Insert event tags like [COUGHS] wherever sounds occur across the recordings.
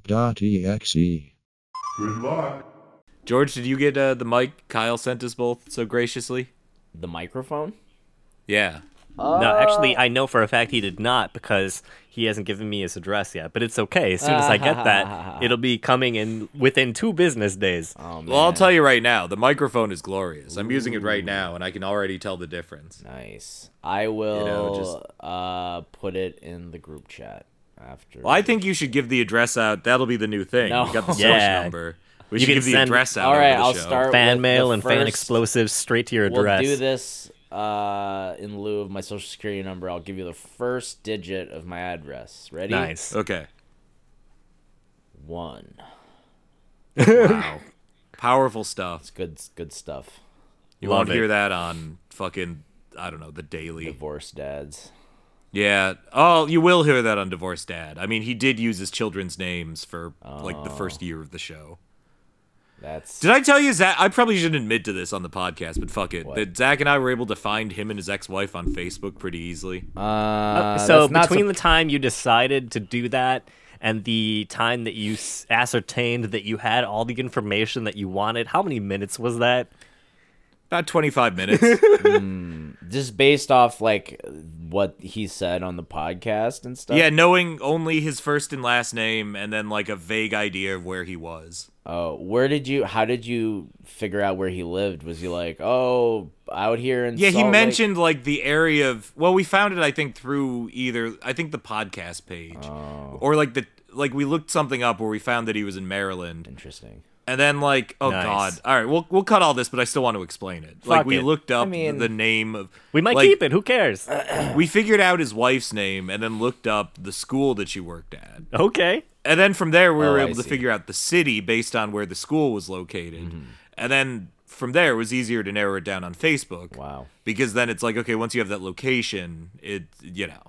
Filthdump.exe. Good luck. George, did you get uh, the mic Kyle sent us both so graciously? The microphone? Yeah. no, actually, I know for a fact he did not because he hasn't given me his address yet. But it's okay. As soon as I get that, [LAUGHS] it'll be coming in within two business days. Oh, man. Well, I'll tell you right now, the microphone is glorious. I'm using it right now, and I can already tell the difference. Nice. I will just- uh, put it in the group chat after. Well, I think you should give the address out. That'll be the new thing. No. We [LAUGHS] got the Yeah. search number. We You should can give the send- address out. All after right, the I'll show. start Fan with mail the and fan first- explosives straight to your address. We'll do this uh, in lieu of my social security number. I'll give you the first digit of my address. Ready? Nice. Okay. One. Wow. Powerful stuff. Good. Good stuff. You Love won't hear it. that on fucking I don't know the Daily. Divorce dads. Yeah. Oh, you will hear that on Divorced Dad. I mean, he did use his children's names for like the first Oh. year of the show. That's Did I tell you Zach? I probably shouldn't admit to this on the podcast, but fuck it. What? That Zach and I were able to find him and his ex-wife on Facebook pretty easily. uh, so that's not between the time you decided to do that and the time that you s- ascertained that you had all the information that you wanted, how many minutes was that? About 25 minutes. [LAUGHS] just based off like what he said on the podcast and stuff. yeah, knowing only his first and last name, and then like a vague idea of where he was. Oh, where did you? How did you figure out where he lived? Was he like, oh, out here in? Yeah, he Salt Lake? mentioned like the area of well, we found it I think through either I think the podcast page or like the like we looked something up where we found that he was in Maryland. Interesting. And then like oh Nice. god. All right, we'll we'll cut all this, but I still want to explain it. like Fuck we it. looked up mean- the name of We might like, keep it. Who cares? Uh, We figured out his wife's name and then looked up the school that she worked at. okay. And then from there, we Oh, were I able to see. figure out the city based on where the school was located. And then from there, it was easier to narrow it down on Facebook. Wow. Because then it's like, okay, once you have that location, it, you know,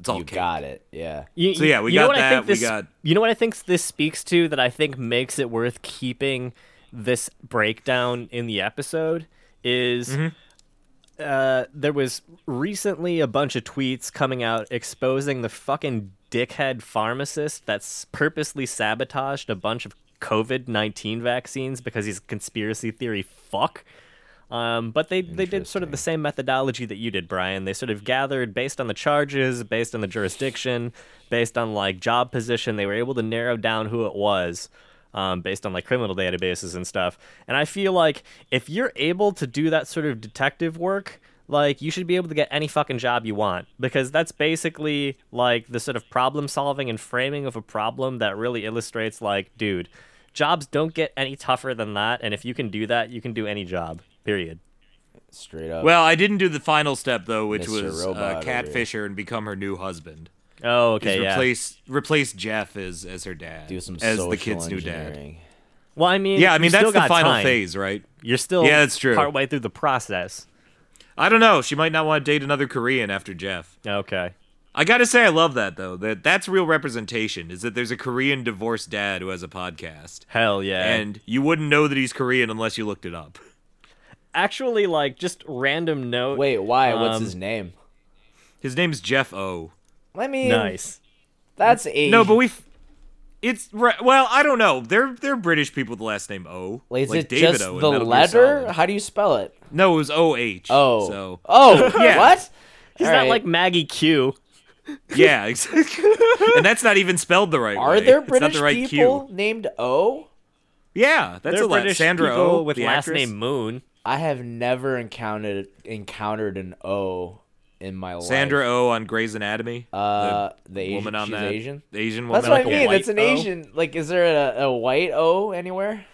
it's all You cake. got it. Yeah. You, So, yeah, we you know got what I that, think we this, got- You know what I think this speaks to that I think makes it worth keeping this breakdown in the episode is Mm-hmm. uh, there was recently a bunch of tweets coming out exposing the fucking dickhead pharmacist that's purposely sabotaged a bunch of COVID nineteen vaccines because he's a conspiracy theory fuck. Um, but they, they did sort of the same methodology that you did, Brian. They sort of gathered based on the charges, based on the jurisdiction, based on like job position. They were able to narrow down who it was um, based on like criminal databases and stuff. And I feel like if you're able to do that sort of detective work, like you should be able to get any fucking job you want because that's basically like the sort of problem solving and framing of a problem that really illustrates like, dude, jobs don't get any tougher than that. And if you can do that, you can do any job. Period. Straight up. Well, I didn't do the final step, though, which Mr. was Robot uh, over Cat here. Fisher and become her new husband. Oh, Just okay, yeah. replace, replace Jeff as, as her dad. do some as social the kid's new dad. engineering. Well, I mean, Yeah, I mean, you that's still the got final time. phase, right? You're still Yeah, that's true. Partway through the process. I don't know. She might not want to date another Korean after Jeff. Okay. I gotta say, I love that though. That that's real representation. Is that there's a Korean divorced dad who has a podcast, Hell yeah. and you wouldn't know that he's Korean unless you looked it up. actually, like, just random note. Wait, why? What's Um, his name? His name's Jeff O. I mean, Nice. That's a No, but we. have It's re- well, I don't know. They're they're British people with the last name O. Wait, is like it David just O in the Metal Gear letter? Solid. How do you spell it? No, it was O H. Oh. so Oh. [LAUGHS] Yeah. What? He's All not right. like Maggie Q. yeah, [LAUGHS] exactly. and that's not even spelled the right way. Are there It's not the British right people Q. named O? Yeah, that's They're a lot. British Sandra people O with the last actress? name Moon. I have never encountered encountered an O in my life. Sandra O on Grey's Anatomy. Uh, the, Asian, woman on she's that Asian. the Asian woman. That's what on I that. mean. white That's an O? Asian. Like, is there a, a white O anywhere?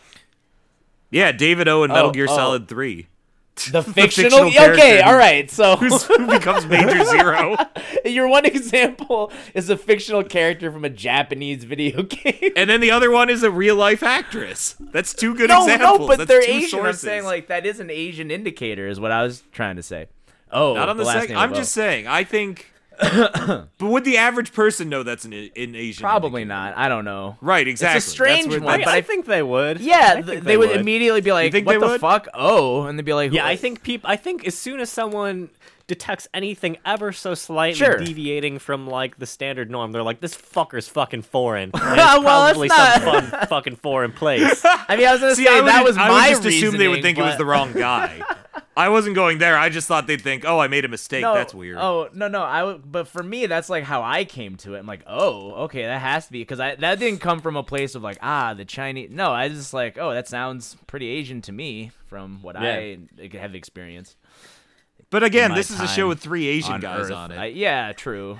Yeah, David O in Metal Oh, Gear oh. Solid Three. [LAUGHS] The fictional fictional. okay, character. all right. So Who's- who becomes Major Zero? [LAUGHS] your one example is a fictional character from a Japanese video [LAUGHS] game. And then the other one is a real life actress. That's two good no, examples. no, but That's they're two Asian. Sources. I'm saying like that is an Asian indicator, is what I was trying to say. Oh, not on the, last sec- name I'm of O. [COUGHS] just saying. I think But would the average person know that's an, an Asian? Probably indicator? not. I don't know. Right, exactly. That's strange where- one, that's- but I I- think they would. I Yeah, think th- they, would, immediately be like, think "What they the would? fuck? Oh!" And they'd be like, Yeah, "Who- I think people. I think as soon as someone detects anything ever so slightly Sure. deviating from like the standard norm, they're like, "This fucker's [LAUGHS] fucking foreign." And it's Well, it's probably not- [LAUGHS] some fun fucking foreign place. I mean, I was gonna See, say I would, that was I my would just assume they would reasoning, think it was but- the wrong [LAUGHS] guy. I wasn't going there. I just thought they'd think, oh, I made a mistake. No, that's weird. Oh no, no. I w- but for me, that's like how I came to it. I'm like, oh, okay, that has to be because I that didn't come from a place of like, ah, the Chinese. No, I just like, oh, that sounds pretty Asian to me from what I have experienced. But again, my this is a show time with three Asian guys Earth. on it. I- yeah, true.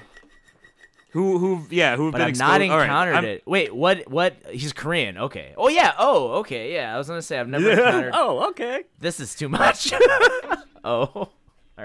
who, who, yeah, who have But been I've exposed. not all right, encountered I'm- it. Wait, what? What? He's Korean. Okay. Oh yeah. Oh okay. Yeah. I was gonna say I've [LAUGHS] never encountered. oh, okay. This is too much. [LAUGHS] oh. All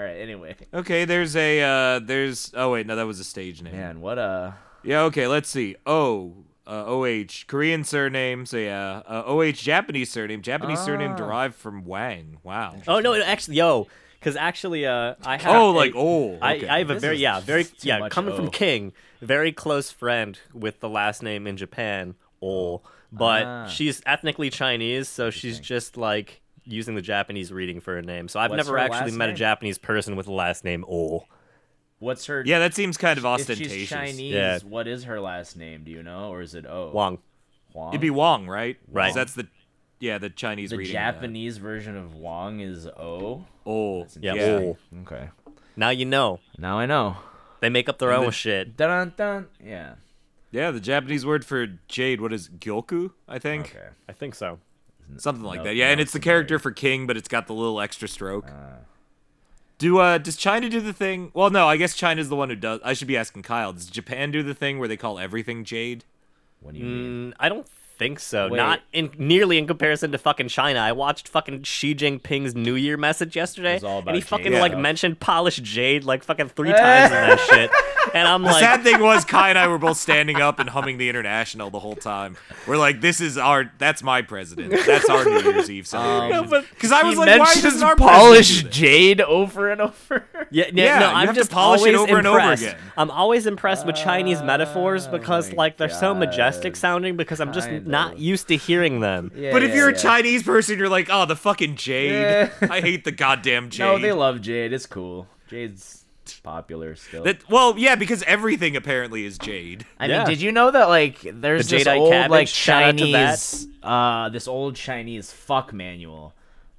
right. Anyway. Okay, there's a, uh, there's, oh wait, no, that was a stage name. Man, what a. Yeah, okay, let's see. Oh, uh, OH, Korean surname, so yeah. Uh, OH, Japanese surname. Japanese surname derived from Wang. Wow. Oh no, actually, yo, because actually, uh, I have. Oh, a- like, oh. okay. I, I have a This very is yeah very just too yeah much coming O. from King, very close friend with the last name in Japan Oh, but Ah. she's ethnically Chinese, so she's just like using the Japanese reading for her name. So I've What's never her actually last met a name? Japanese person with the last name Oh. What's her? Yeah, that seems kind of If ostentatious. she's Chinese, Yeah. what is her last name? Do you know, or is it O? Wang. Huang? It'd be Wong, right? 'Cause Right. That's the, yeah, the Chinese the reading. of that. Japanese version of Wang is O. Oh, Yeah. yeah. Oh. Okay. Now you know. Now I know. They make up their own shit. Dun dun dun. Yeah. Yeah, the Japanese word for jade, what is gyoku, I think? Okay. I think so. Something like No- that. Yeah, no, and it's the it's Uh. familiar. character for king, but it's got the little extra stroke. do uh does China do the thing? Well, no, I guess China's the one who does. I should be asking Kyle. Does Japan do the thing where they call everything jade? What do you [LAUGHS] mean? Mm, I don't think so. Wait. Not in nearly in comparison to fucking China. I watched fucking Xi Jinping's New Year message yesterday, It was all and he about fucking jade like stuff. mentioned polished jade like fucking three times in [LAUGHS] that shit. And I'm The like, sad thing was, Kai and I were both standing up and humming the international the whole time. We're like, "This is our, that's my president. That's our New Year's Um, Eve celebration." Because I was he like, "Why mentions doesn't our polish president do this? jade over and over. Yeah, yeah, Yeah, no, you I'm have to just polish it always over and over impressed. again. I'm always impressed with Chinese metaphors because Oh my like they're so God. majestic sounding because I'm just Kind not of. used to hearing them. But if you're a Chinese, Chinese person, you're like, "Oh, the fucking jade. Yeah. I hate the goddamn jade." [LAUGHS] no, they love jade. It's cool. Jade's popular still. That well, yeah, because everything apparently is jade. I Yeah. mean, did you know that like there's The this Jadeite old cabbage, like shout out to that. Chinese, uh, this old Chinese fuck manual.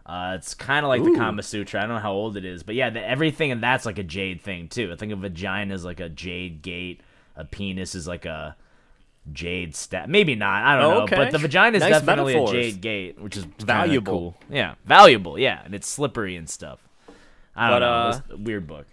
Uh, it's kind of like the Kama Sutra. I don't know how old it is, but yeah, the, everything and that's like a jade thing too. I think a vagina is like a jade gate, a penis is like a jade step. Maybe not. I don't know. Okay. But the vagina is Nice definitely metaphors. a jade gate, which is kinda Valuable. cool. Yeah, valuable. Yeah, and it's slippery and stuff. I don't But, know. uh, It's a weird book.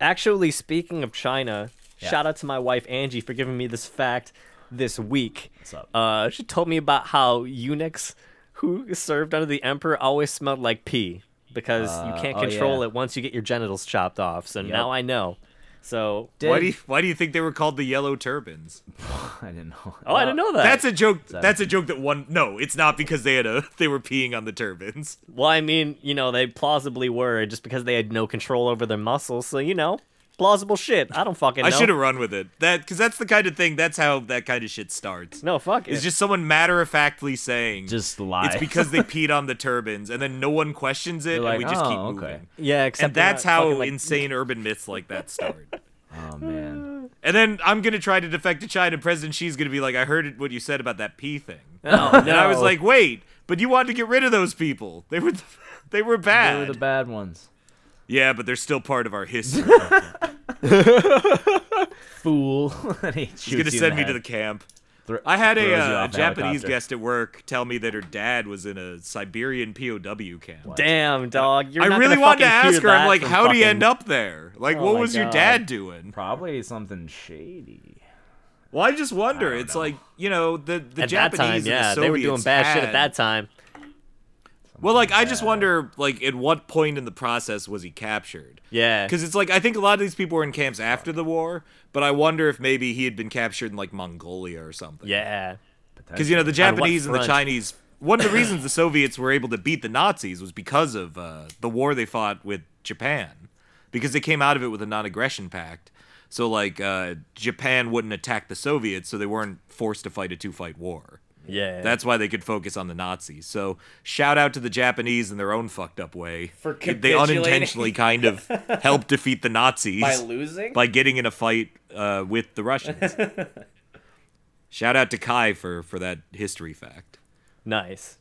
Actually, speaking of China, Yeah. shout out to my wife Angie for giving me this fact this week. What's up? Uh, she told me about how eunuchs who served under the emperor always smelled like pee because you Uh, can't oh, control yeah. it once you get your genitals chopped off. So now I know. So Why do you, why do you think they were called the yellow turbans? [LAUGHS] I didn't know. Uh, oh, I didn't know that. That's a joke. That's a joke that one. No, it's not because they had a. [LAUGHS] They were peeing on the turbans. Well, I mean, you know, they plausibly were just because they had no control over their muscles. So, you know, plausible shit. I don't fucking know. I should have run with it. That because that's the kind of thing. That's how that kind of shit starts. No, fuck it. It's just someone matter of factly saying Just lie. It's because [LAUGHS] they peed on the turbans, and then no one questions it, They're and we like, just keep "Oh, moving. okay." yeah, except And they're that's not how fucking, like- insane urban myths like that start. Oh man. and then I'm gonna try to defect to China. and President Xi's gonna be like, "I heard what you said about that pee [LAUGHS] thing," and I was Oh, no. like, "Wait, but you wanted to get rid of those people. They were, [LAUGHS] they were bad. They were the bad ones. Yeah, but they're still part of our [LAUGHS] history." Fool. [LAUGHS] And he shoots He's gonna you in send me head. to the camp. Thro- I had a, throws you uh, a off Japanese helicopter. guest at work tell me that her dad was in a Siberian POW camp. Damn, dog. You're uh, I not really gonna wanted to fucking hear ask her. I'm that like, from how do you fucking- end up there? Like, Oh what my was your God. dad doing? Probably something shady. Well, I just wonder. It's like you know the the At that Japanese time, and the yeah, they were doing Soviets bad shit at had- that time. Well, like I just wonder, like at what point in the process was he captured? Yeah. Because it's like I think a lot of these people were in camps after the war, but I wonder if maybe he had been captured in like Mongolia or something. Yeah. because you know the On what Japanese and the front? Chinese. One of the [LAUGHS] reasons the Soviets were able to beat the Nazis was because of uh, the war they fought with Japan, because they came out of it with a non-aggression pact. So like uh, Japan wouldn't attack the Soviets, so they weren't forced to fight a two fight war. Yeah. That's why they could focus on the Nazis. So shout out to the Japanese in their own fucked up way. For they unintentionally capitulating. [LAUGHS] kind of helped defeat the Nazis by losing. by getting in a fight uh, with the [LAUGHS] Russians. shout out to Kai for for that history fact. [LAUGHS] nice.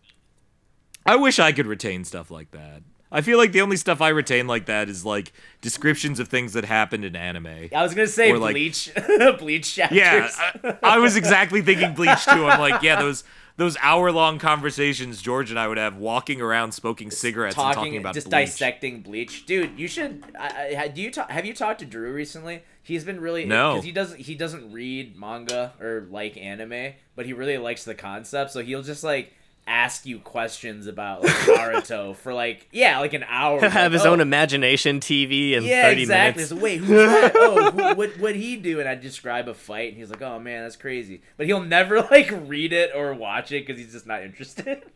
I wish I could retain stuff like that. I feel like the only stuff I retain like that is like descriptions of things that happened in anime. I was gonna say Or, like- bleach, [LAUGHS] bleach chapters. Yeah, I, I was exactly thinking Bleach too. I'm like, yeah, those those hour long conversations George and I would have walking around smoking cigarettes talking, and talking about just Bleach. dissecting bleach dude you should I, I, ha- do you talk, have you talked to drew recently he's been really No. because he doesn't he doesn't read manga or like anime but he really likes the concept so he'll just like ask you questions about [LAUGHS] like, naruto for like yeah like an hour Like, Have his oh, own imagination TV and yeah 30 exactly minutes. so wait who's [LAUGHS] that oh who, what what he do and i describe a fight and he's like oh man that's crazy but he'll never [LAUGHS] like read it or watch it because he's just not interested [LAUGHS]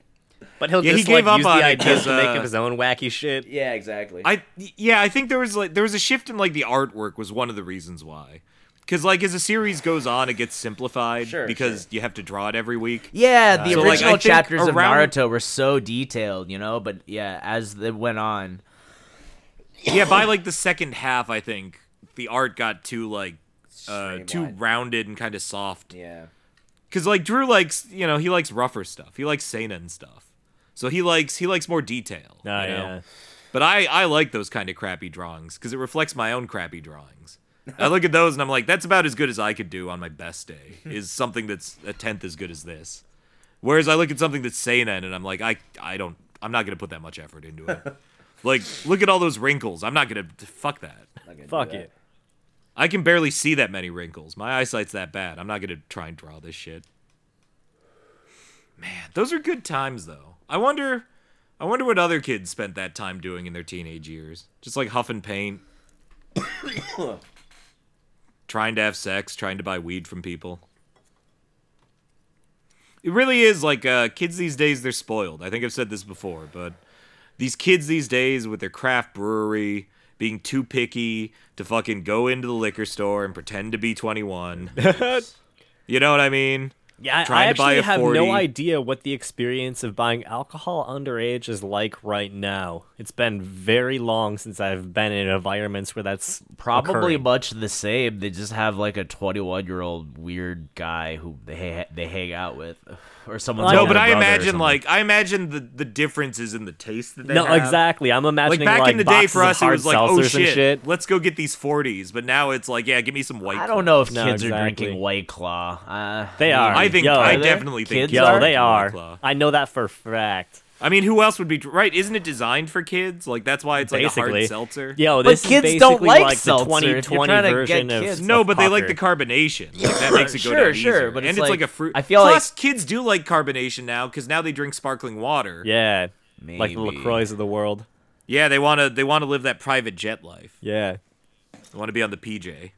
But he'll Yeah, he just gave up like, use the on it ideas 'cause, to make uh, up his own wacky shit. yeah exactly I yeah, I think there was like there was a shift in like the artwork was one of the reasons why. Cuz like as a series goes on it gets simplified Sure, because you have to draw it every [LAUGHS] week. Yeah, the so, like, original I think chapters of around- Naruto were so detailed, you know. But yeah, as it went on, yeah, by like the second half I think the art got too like uh, too Streamlined. rounded and kind of soft yeah, because like Drew likes you know he likes rougher stuff. He likes seinen stuff, so he likes he likes more detail. Oh, you know? yeah. But I I like those kind of crappy drawings because it reflects my own crappy drawings. I look at those and I'm like, that's about as good as I could do on my best day. Is something that's a tenth as good as this. Whereas I look at something that's seinen and I'm like, I I don't I'm not gonna put that much effort into it. like look at all those wrinkles. I'm not gonna fuck that. not gonna do Fuck that. it. I can barely see that many wrinkles. My eyesight's that bad. I'm not gonna try and draw this shit. Man, those are good times though. I wonder I wonder what other kids spent that time doing in their teenage years. Just like huffing paint. [COUGHS] trying to have sex, trying to buy weed from people. It really is like uh, kids these days they're spoiled. I think I've said this before, but these kids these days with their craft brewery being too picky to fucking go into the liquor store and pretend to be 21. you know what I mean? Yeah, I, I Trying to buy actually a have 40. no idea what the experience of buying alcohol underage is like right now. It's been very long since I've been in environments where that's Probably occurring. much the same. They just have like a 21 year old weird guy who they ha- they hang out with, [SIGHS] or someone's No, older but I brother or imagine something. like I imagine the the differences in the taste that they No, have. exactly. I'm Like imagining back in the day for us, it was like, oh shit, shit. let's go get these 40s. But now it's like, yeah, give me some white. I Claw. don't know if No, kids are exactly. drinking White Claw. Uh, They are. I think Yo, I they- definitely think Kids kids Yo, are? they are. Claw. I know that for a fact. I mean, who else would be right? Isn't it designed for kids? Like that's why it's like a basically, hard seltzer. Yo, But this is kids don't basically like the seltzer if you're 2020 trying to get version of kids. No, of but they like Pucker. the carbonation. Like, that makes it go Sure, down sure, easier. but and it's it's like, like- a fruit. I feel like- plus kids do like carbonation now because now they drink sparkling water. Yeah, like the Maybe. Lacroix of the world. Yeah, they wanna they wanna live that private jet life. Yeah. They wanna be on the PJ.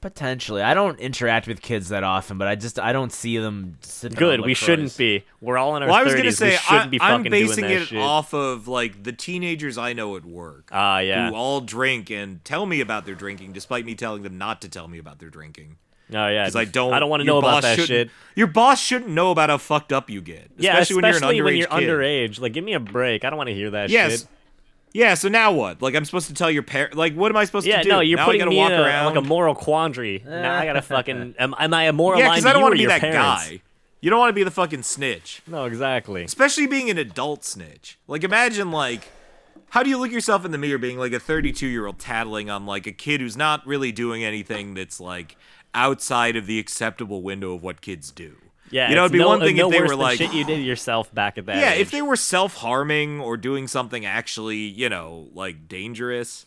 potentially. I don't interact with kids that often, but I just I don't see them. Sipping Good. on We LaCroix. shouldn't be. We're all in our Well, I was 30s. gonna we say shouldn't I, be I'm fucking basing doing that it shit. off of like the teenagers I know at work. Ah, yeah. Who all drink and tell me about their drinking, despite me telling them not to tell me about their drinking. Oh yeah, because I don't. I don't want to your know about boss that shouldn't- shouldn't, shit. Your boss shouldn't know about how fucked up you get, especially, Yeah, especially when you're an underage. when you're kid. underage. Like, give me a break. I don't want to hear that Yes. shit. Yeah. So now what? Like I'm supposed to tell your parent? Like what am I supposed Yeah, to do? no, you're now I putting gotta me walk in a, around. like a moral quandary. now [LAUGHS] I gotta fucking. Am, am I a moral? yeah, because I don't want wanna to be that parents? guy. You don't want to be the fucking snitch, No, exactly. especially being an adult snitch. Like imagine like. How do you look yourself in the mirror being like a 32 year old tattling on like a kid who's not really doing anything that's like outside of the acceptable window of what kids do? Yeah, you know, it's it'd be no, uh, one thing no if they worse were than like, shit you did yourself back at that. Yeah, age. if they were self harming or doing something actually, you know, like dangerous.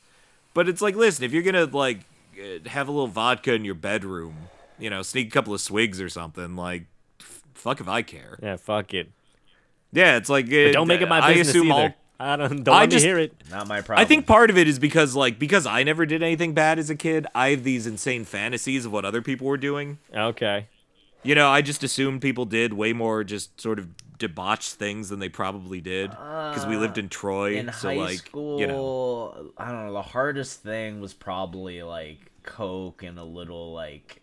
But it's like, listen, if you're gonna like uh, have a little vodka in your bedroom, you know, sneak a couple of swigs or something, like, f- fuck if I care. yeah, fuck it. Yeah, it's like, uh, But don't make it my I business assume either. all- I don't. Don't I want just- to hear it. Not my problem. I think part of it is because, like, because I never did anything bad as a kid, I have these insane fantasies of what other people were doing. Okay. You know, I just assumed people did way more just sort of debauched things than they probably did because we lived in Troy. Uh, in so high like, school, you know, I don't know. The hardest thing was probably like coke and a little like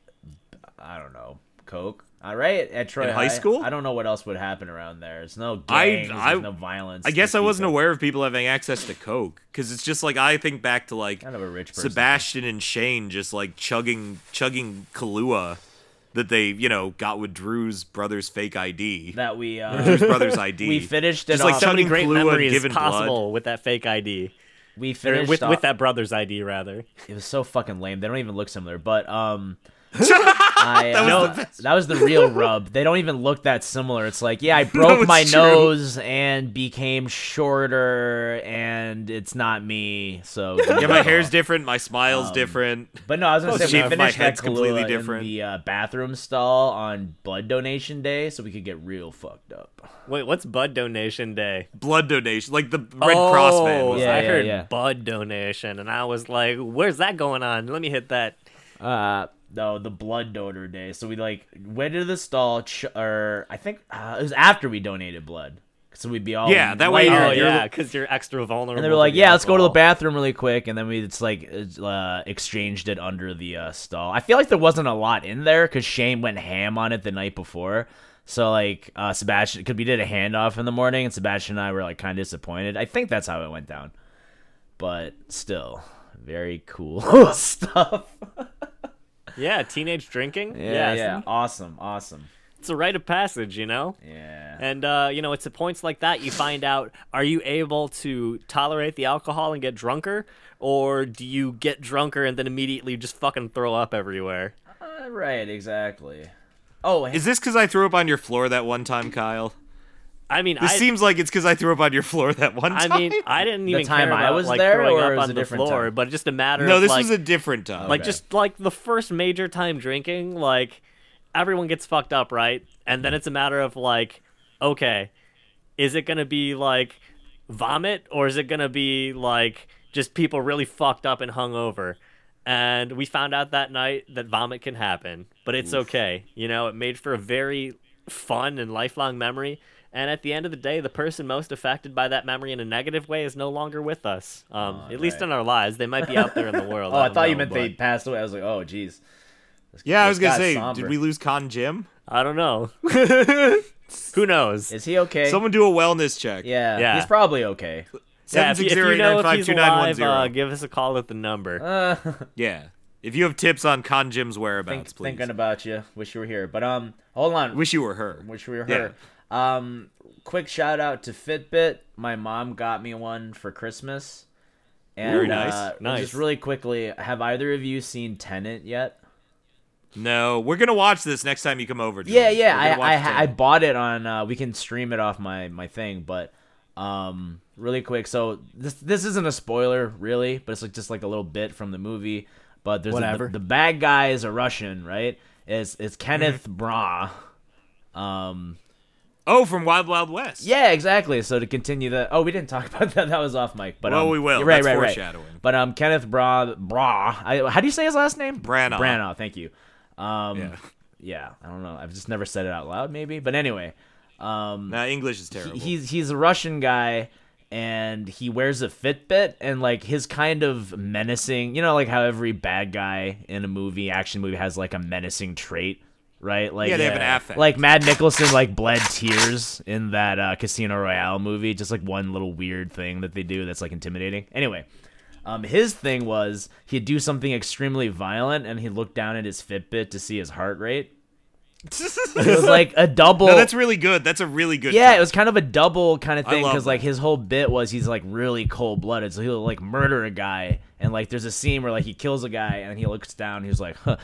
I don't know coke. All right, at Troy In high school? I don't know what else would happen around there. There's no I- gangs, I- there's no violence. I guess I There's wasn't people- aware of people having access to coke because it's just like I think back to like Kind of a rich person. Sebastian and Shane just like chugging chugging Kahlua that they you know got with Drew's brother's fake [LAUGHS] ID, that we uh, [LAUGHS] Drew's brother's ID. we finished it just like off. So many chugging great Kahlua and memories Given Blood. possible with that fake ID. we Or finished with, off- with that brother's ID, rather. It was so fucking lame. They don't even look similar. [LAUGHS] But um, I, uh, was no, the best. that was the real rub. They don't even look that similar. It's [LAUGHS] like, yeah, I broke it's my true. nose and became shorter, and it's not me. [LAUGHS] So Yeah, my [LAUGHS] hair's different, my smile's Um, different. But no, I was gonna Oh, say shit, we my finished that head's completely completely different. different. in the uh, bathroom stall on blood donation day, so we could get real fucked up. Wait, what's Bud Donation Day? Blood donation, like the Red Cross man. Oh, Was Yeah, I yeah, heard yeah. Bud Donation, and I was like, where's that going on? Let me hit that. Uh, no, the blood donor day. So we like went to the stall, ch- or I think uh, it was after we donated blood, so we'd be all Yeah, that way lighter you're- Oh, and you're- yeah, because you're extra vulnerable. And they were like, the "Yeah, let's go to the alcohol." bathroom really quick," and then we just like uh, exchanged it under the uh, stall. I feel like there wasn't a lot in there because Shane went ham on it the night before. So like uh, Sebastian, because we did a handoff in the morning, and Sebastian and I were like kind of disappointed. I think that's how it went down, but still, very cool [LAUGHS] stuff. Yeah, teenage drinking. Yeah, Yes. yeah, awesome, awesome. It's a rite of passage, you know? Yeah, And, uh, you know, it's at points like that you find out are you able to tolerate the alcohol and get drunker? Or do you get drunker and then immediately just fucking throw up everywhere? Uh, right, exactly. Oh, Is this because I threw up on your floor that one time, Kyle? I mean, This I, seems like it's because I threw up on your floor that one I time. mean, I didn't even time care I about was like there, throwing or it up was a on the different floor, time? but just a matter no, of this like, was a different time. like Oh, Okay. just like the first major time drinking, like everyone gets fucked up, right? And Mm-hmm. then it's a matter of like, okay, is it gonna be like vomit or is it gonna be like just people really fucked up and hungover? And we found out that night that vomit can happen, but it's okay. You know, it made for a very fun and lifelong memory. And at the end of the day, the person most affected by that memory in a negative way is no longer with us. Um, at least right. in our lives, they might be out there in the [LAUGHS] world. oh, I don't thought you know, meant but- they passed away. I was like, oh, jeez. yeah, I was this gonna guy's say, somber. did we lose Con Jim? I don't [LAUGHS] know. Who knows? Is he okay? Someone do a wellness check. Yeah, Yeah. he's probably okay. Yeah, if, you- if you know if he's 760-895-2910. alive, uh, give us a call at the number. Uh, Yeah. If you have tips on Con Jim's think, whereabouts, please. thinking about you. Wish you were here, but um, hold on. Wish you were her. Wish we were here. Um, quick shout out to Fitbit. My mom got me one for Christmas. And, Very nice. uh, Nice. Just really quickly, have either of you seen Tenant yet? No, we're gonna watch this next time you come over. Jordan. Yeah, yeah. We're gonna I, watch I, I Tenet. bought it on. Uh, we can stream it off my my thing, but um, really quick. So this this isn't a spoiler, really, but it's like just like a little bit from the movie. But there's a- Whatever. the, the bad guy is a Russian, right? It's it's Mm-hmm. Kenneth Bra. Um. oh, from Wild Wild West. Yeah, exactly. So to continue the oh, we didn't talk [LAUGHS] about that. That was off mic. But Well, um, we will. you're Right, That's right, foreshadowing. Right. But um, Kenneth Bra Bra. I, how do you say his last name? Branagh. Branagh. Thank you. Um, Yeah. yeah, I don't know. I've just never said it out loud, maybe. But anyway, um, Nah, English is terrible. he's he's a Russian guy, and he wears a Fitbit, and like his kind of menacing, you know, like how every bad guy in a movie, action movie, has like a menacing trait, right? Like Yeah, they have an affect. Like Mad Nicholson, like bled tears in that uh, Casino Royale movie, just like one little weird thing that they do that's like intimidating. Anyway. Um, his thing was he'd do something extremely violent, and he'd look down at his Fitbit to see his heart rate. It [LAUGHS] [LAUGHS] was like a double. no, that's really good. That's a really good. Yeah, choice. it was kind of a double kind of thing love because like that. his whole bit was he's like really cold blooded, so he'll like murder a guy, and like there's a scene where like he kills a guy and he looks down, he's like, huh,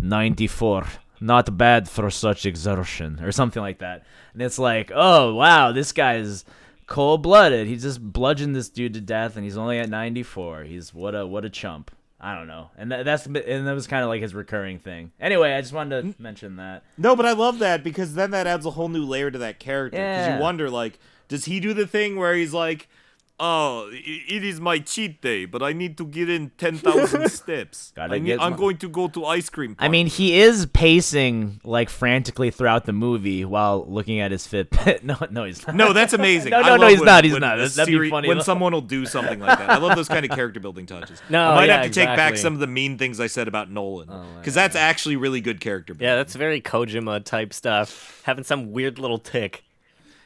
ninety four, not bad for such exertion or something like that, and it's like, oh wow, this guy's cold blooded. He just bludgeoned this dude to death, and he's only at ninety four. He's what a what a chump. I don't know, and that, that's and that was kind of like his recurring thing. Anyway, I just wanted Mm. to mention that. No, but I love that because then that adds a whole new layer to that character. Because Yeah. you wonder, like, does he do the thing where he's like, oh, i- it is my cheat day, but I need to get in 10,000 [LAUGHS] steps. Gotta I need, get I'm my- going to go to ice cream. I mean, parlor." he is pacing like frantically throughout the movie while looking at his Fitbit. [LAUGHS] No, no, he's not. No, that's amazing. No, I no, love no, he's when- not, he's when not. the That'd be seri- funny, When though. someone will do something like that. I love those kind of character building [LAUGHS] touches. No, I might yeah, have to take back exactly. some of the mean things I said about Nolan Oh, because that's actually really good character building. Yeah, that's very Kojima type stuff. Having some weird little tick.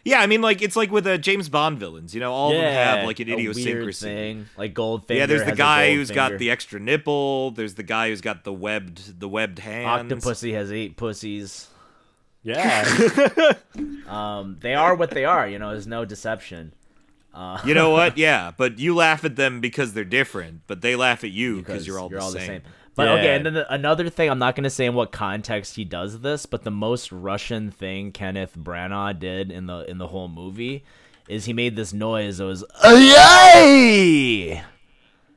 Yeah, I mean, like it's like with uh, James Bond villains. You know, all of them have like an a weird idiosyncrasy. thing, like Goldfinger. Yeah, there's has the a guy gold who's finger. got the extra nipple. There's the guy who's got the webbed the webbed hands. octopussy has eight pussies. [LAUGHS] Yeah. Um, they are what they are. You know, there's no deception. You know [LAUGHS] what? Yeah, but you laugh at them because they're different, but they laugh at you because you're all, the, same. But okay, Yeah. and then the, another thing, I'm not going to say in what context he does this, but the most Russian thing Kenneth Branagh did in the in the whole movie is he made this noise that was "Ayay!"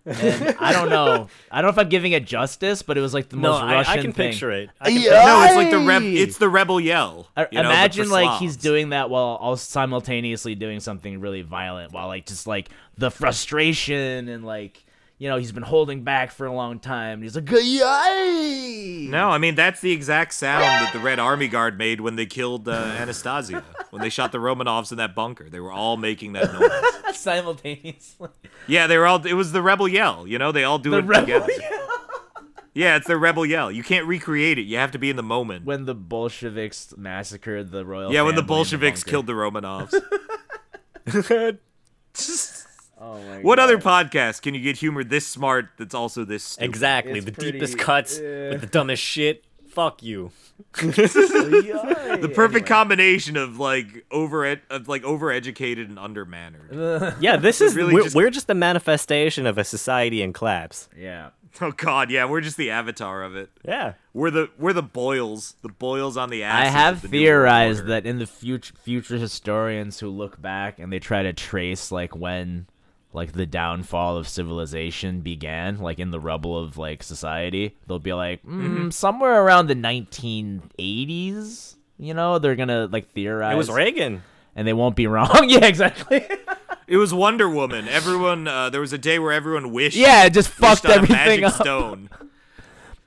And I don't know. I don't know if I'm giving it justice, but it was like the no, most I, Russian I can thing. picture it. I can Yeah. No, it's like the reb. It's the rebel yell. I- you know, but imagine for like he's Slavs. doing that while all simultaneously doing something really violent while like just like the frustration and like you know he's been holding back for a long time and he's like Yay! No, I mean that's the exact sound that the Red Army Guard made when they killed uh, Anastasia. when they shot the Romanovs in that bunker, they were all making that noise. simultaneously Yeah, they were all. It was the rebel yell. You know, they all do it rebel together. Yeah, it's the rebel yell. You can't recreate it. You have to be in the moment. [LAUGHS] when the Bolsheviks massacred the royal yeah, when the family in Bolsheviks bunker. killed the [LAUGHS] Romanovs. oh my what God. other podcast can you get humor this smart that's also this stupid? Exactly. It's the pretty- deepest cuts yeah. with the dumbest shit. Fuck you. [LAUGHS] The perfect combination of like over ed- of like overeducated and Uh. undermannered. Yeah, this is Really we're, just- we're just a manifestation of a society in collapse. yeah Oh god, yeah, we're just the avatar of it. Yeah. We're the we're the boils, the boils on the I ass. have theorized that in the future future historians who look back and they try to trace like when like the downfall of civilization began, like in the rubble of like society, they'll be like mm, somewhere around the 1980s. You know, they're gonna like theorize, It was Reagan. and they won't be [LAUGHS] wrong. yeah, exactly. it was Wonder Woman. Everyone, uh, there was a day where everyone wished. yeah, it just wished fucked on a everything magic up. stone.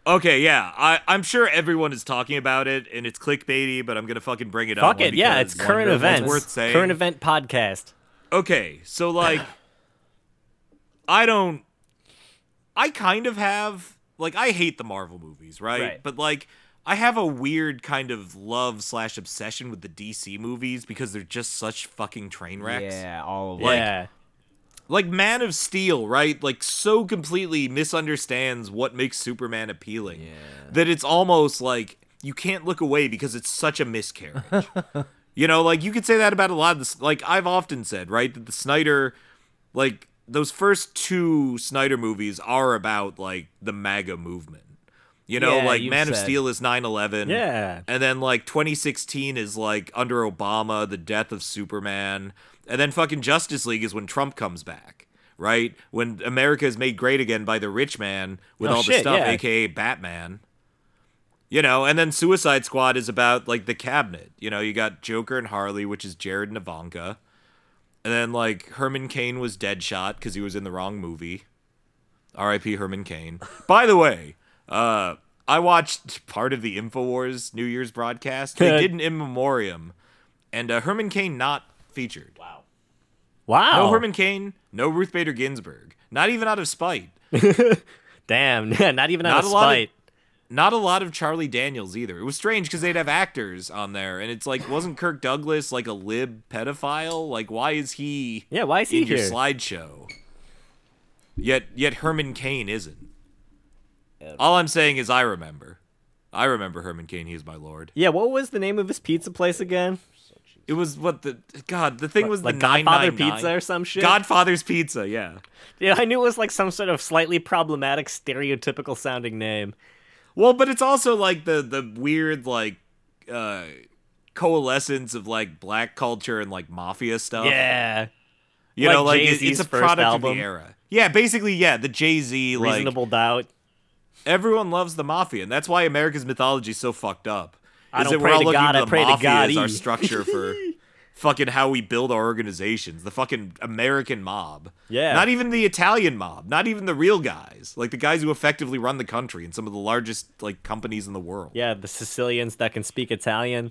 Okay, yeah, I, I'm sure everyone is talking about it, and it's clickbaity, but I'm gonna fucking bring it up. Fuck it. Yeah, it's because current Wonder Woman's events. Worth saying. Current event podcast. okay so like i don't i kind of have like i hate the marvel movies right, Right. but like i have a weird kind of love slash obsession with the dc movies because they're just such fucking train wrecks Yeah, all of Like, like, yeah. like man of steel right like so completely misunderstands what makes superman appealing that it's almost like you can't look away because it's such a [LAUGHS] miscarriage you know like you could say that about a lot of this like i've often said right that the snyder like those first two snyder movies are about like the maga movement you know Yeah, like you've man of said. steel is 9-11 Yeah. and then like 2016 is like under Obama, the death of Superman. And then fucking Justice League is when Trump comes back, right? When America is made great again by the rich man with Oh, all the shit, stuff, yeah. aka Batman. You know, and then Suicide Squad is about like the cabinet. You know, you got Joker and Harley, which is Jared and Ivanka. And then like Herman Cain was Deadshot because he was in the wrong movie. R.I.P. Herman Cain. By the way, uh, I watched part of the Infowars New Year's broadcast. They did an in memoriam, and uh, Herman Cain not featured. Wow. No Herman Cain, no Ruth Bader Ginsburg. Not even out of spite. Damn. [LAUGHS] Yeah, not even out Not of a lot of- spite. Not a lot of Charlie Daniels either. It was strange because they'd have actors on there, and it's like, wasn't Kirk Douglas like a lib pedophile? Like, why is he? Yeah, why is he in your here? slideshow. Yet, yet Herman Cain isn't. All I'm saying is I remember. I remember Herman Cain. He is my lord. yeah, what was the name of his pizza place again? It was what the God. The thing was Like the Godfather 999 Pizza or some shit? Godfather's Pizza. Yeah. Yeah, I knew it was like some sort of slightly problematic, stereotypical sounding name. Well, but it's also like the the weird like uh coalescence of like black culture and like mafia stuff. Yeah. You Like know, like it- Jay-Z's it's a first product of album. the era. Yeah, basically, yeah. The Jay Z like Reasonable doubt. everyone loves the mafia, and that's why America's mythology is so fucked up. I is don't that pray we're all to looking God, to I the pray to mafia God as our [LAUGHS] E. structure for fucking how we build our organizations, the fucking American mob. Yeah. Not even the Italian mob, not even the real guys, like the guys who effectively run the country and some of the largest like companies in the world. Yeah, the Sicilians that can speak Italian.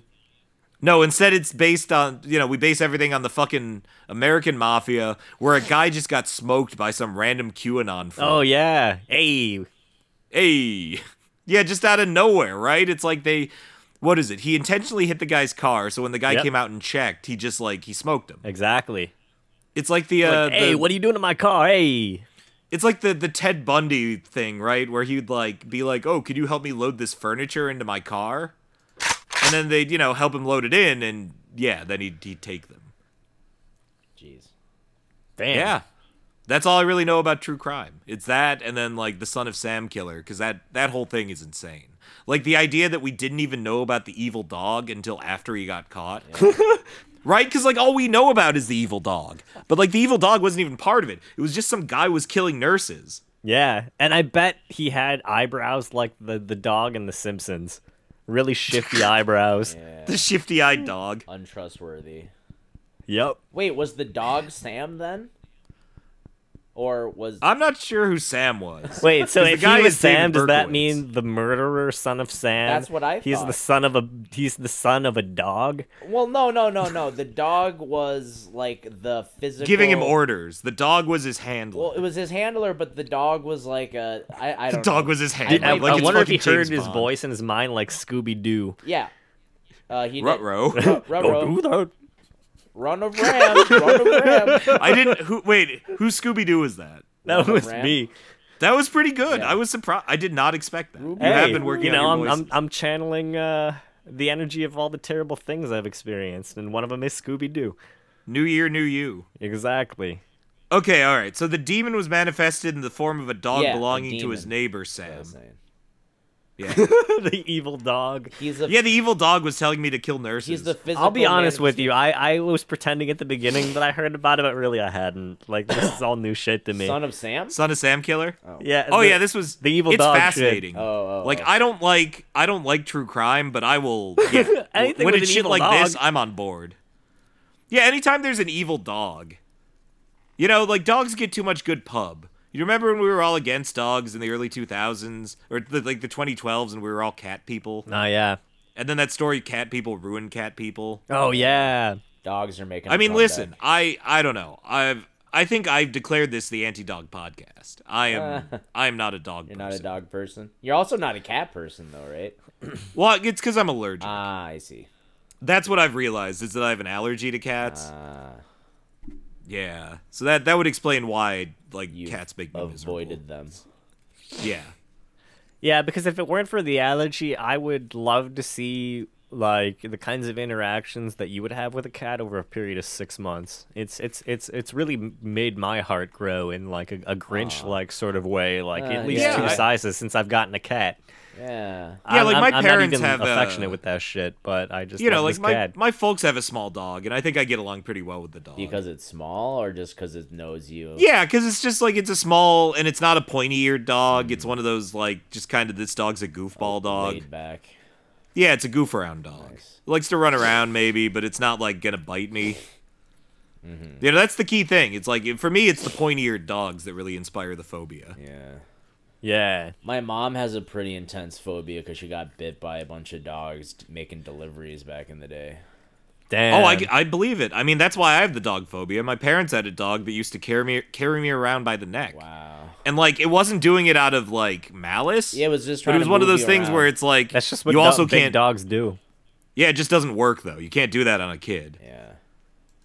No, instead it's based on you know we base everything on the fucking American mafia, where a guy just got smoked by some random QAnon. Friend. Oh yeah. Hey. hey, yeah, just out of nowhere, right? It's like they, what is it? He intentionally hit the guy's car, so when the guy Yep. came out and checked, he just like he smoked him. Exactly. It's like the uh, hey, the- what are you doing to my car? Hey. It's like the the Ted Bundy thing, right? Where he'd like be like, "Oh, could you help me load this furniture into my car?" And then they'd you know help him load it in, and yeah, then he'd he'd take them. Jeez. Damn. Yeah. That's all I really know about true crime. It's that and then like the Son of Sam killer cuz that that whole thing is insane. Like the idea that we didn't even know about the evil dog until after he got caught. [LAUGHS] right? Cuz like all we know about is the evil dog. But like the evil dog wasn't even part of it. It was just some guy was killing nurses. Yeah. And I bet he had eyebrows like the the dog in The Simpsons. [LAUGHS] Really shifty eyebrows. The shifty-eyed dog. Untrustworthy. Yep. Wait, was the dog Sam then? Or was I'm not sure who Sam [LAUGHS] was. Wait, so 'Cause the if guy he was is David Sam, does that Berkowitz. mean the murderer, son of Sam? That's what I He's the thought. son of a he's the son of a dog. Well, no, no, no, no. The dog was like the physical giving him orders. The dog was his handler. Well, it was his handler, but the dog was like a I I the don't dog know. was his handler. I, like I it's wonder if he fucking heard James his Bond. voice in his mind like Scooby Doo. yeah. Uh, he did- Ruh-roh. [LAUGHS] [COUGHS] Ruh-roh. Run of Ram, [LAUGHS] Run of Ram. I didn't. Who? Wait, who Scooby Doo was that? That was Ram. me. That was pretty good. Yeah. I was surprised. I did not expect that. Ruby. you have Hey, been working you know, on I'm, your I'm voices. I'm channeling uh, the energy of all the terrible things I've experienced, and one of them is Scooby Doo. New year, new you. Exactly. [LAUGHS] Okay, all right. So the demon was manifested in the form of a dog Yeah, a belonging to his demon. neighbor I Sam. was saying. Yeah. the evil dog. He's a yeah, the evil dog was telling me to kill nurses. he's the physical I'll be honest man- with you. I, I was pretending at the beginning that I heard about it, but really I hadn't. Like this is all new shit to me. son of Sam? son of Sam killer. yeah. Oh Uh, the- yeah, this was the evil It's dog shit. fascinating. Oh, oh, like oh. I don't like I don't like true crime, but I will. Yeah, [LAUGHS] Anything when with it's an shit evil like this, dog. I'm on board. Yeah, anytime there's an evil dog, you know, like dogs get too much good pub. You remember when we were all against dogs in the early 2000s or the, like the 2012s, and we were all cat people. Oh yeah. And then that story, cat people ruin cat people. Oh yeah. Dogs are making a I mean, comeback. listen, I I don't know. I've I think I've declared this the anti-dog podcast. I [LAUGHS] am I am not a dog. You're person. not a dog person. You're also not a cat person though, right? Well, it's because I'm allergic. Ah, I see. That's what I've realized is that I have an allergy to cats. Uh, yeah, so that that would explain why like you cats make me avoided them. miserable. Yeah, Yeah, because if it weren't for the allergy, I would love to see like the kinds of interactions that you would have with a cat over a period of six months. It's it's it's it's really m- made my heart grow in like a, a Grinch like sort of way, like Uh, at least yeah. two I- sizes since I've gotten a cat. Yeah. I'm- like, my I'm- I'm parents not even have, uh, affectionate with that shit, but I just you know, love like this my cat. my folks have a small dog, and I think I get along pretty well with the dog. Because it's small or just because it knows you? yeah, because it's just like it's a small and it's not a pointy-eared dog. It's one of those like just kind of this dog's a goofball dog. Mm. Oh, Laid back. Yeah, it's a goof around dog. Nice. Likes to run around maybe, but it's not like gonna bite me. Mm-hmm. You know, that's the key thing. It's like for me, it's the pointy-eared dogs that really inspire the phobia. Yeah. yeah, My mom has a pretty intense phobia because she got bit by a bunch of dogs t- making deliveries back in the day. damn. Oh, I, I believe it. I mean, that's why I have the dog phobia. My parents had a dog that used to carry me carry me around by the neck, Wow. and like it wasn't doing it out of like malice. Yeah, it was just. but it trying was to one of move those you things around. where it's like that's just what you do- also big can't. dogs do. Yeah, it just doesn't work though. You can't do that on a kid. Yeah.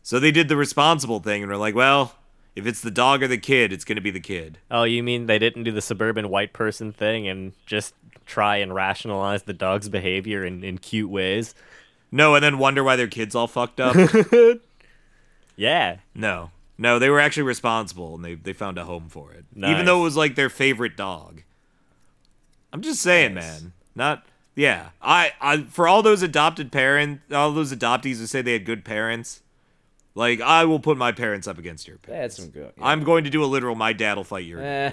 So they did the responsible thing and were like, well, if it's the dog or the kid, it's gonna be the kid. Oh, you mean they didn't do the suburban white person thing and just try and rationalize the dog's behavior in, in cute ways? No, and then wonder why their kids all fucked up. Yeah. no, no, they were actually responsible and they they found a home for it, even Nice. though it was like their favorite dog. I'm just saying, Nice. man. Not yeah. I I for all those adopted parents, all those adoptees who say they had good parents, like I will put my parents up against your They parents. had some good. I'm going to do a literal. My dad'll fight your. Eh,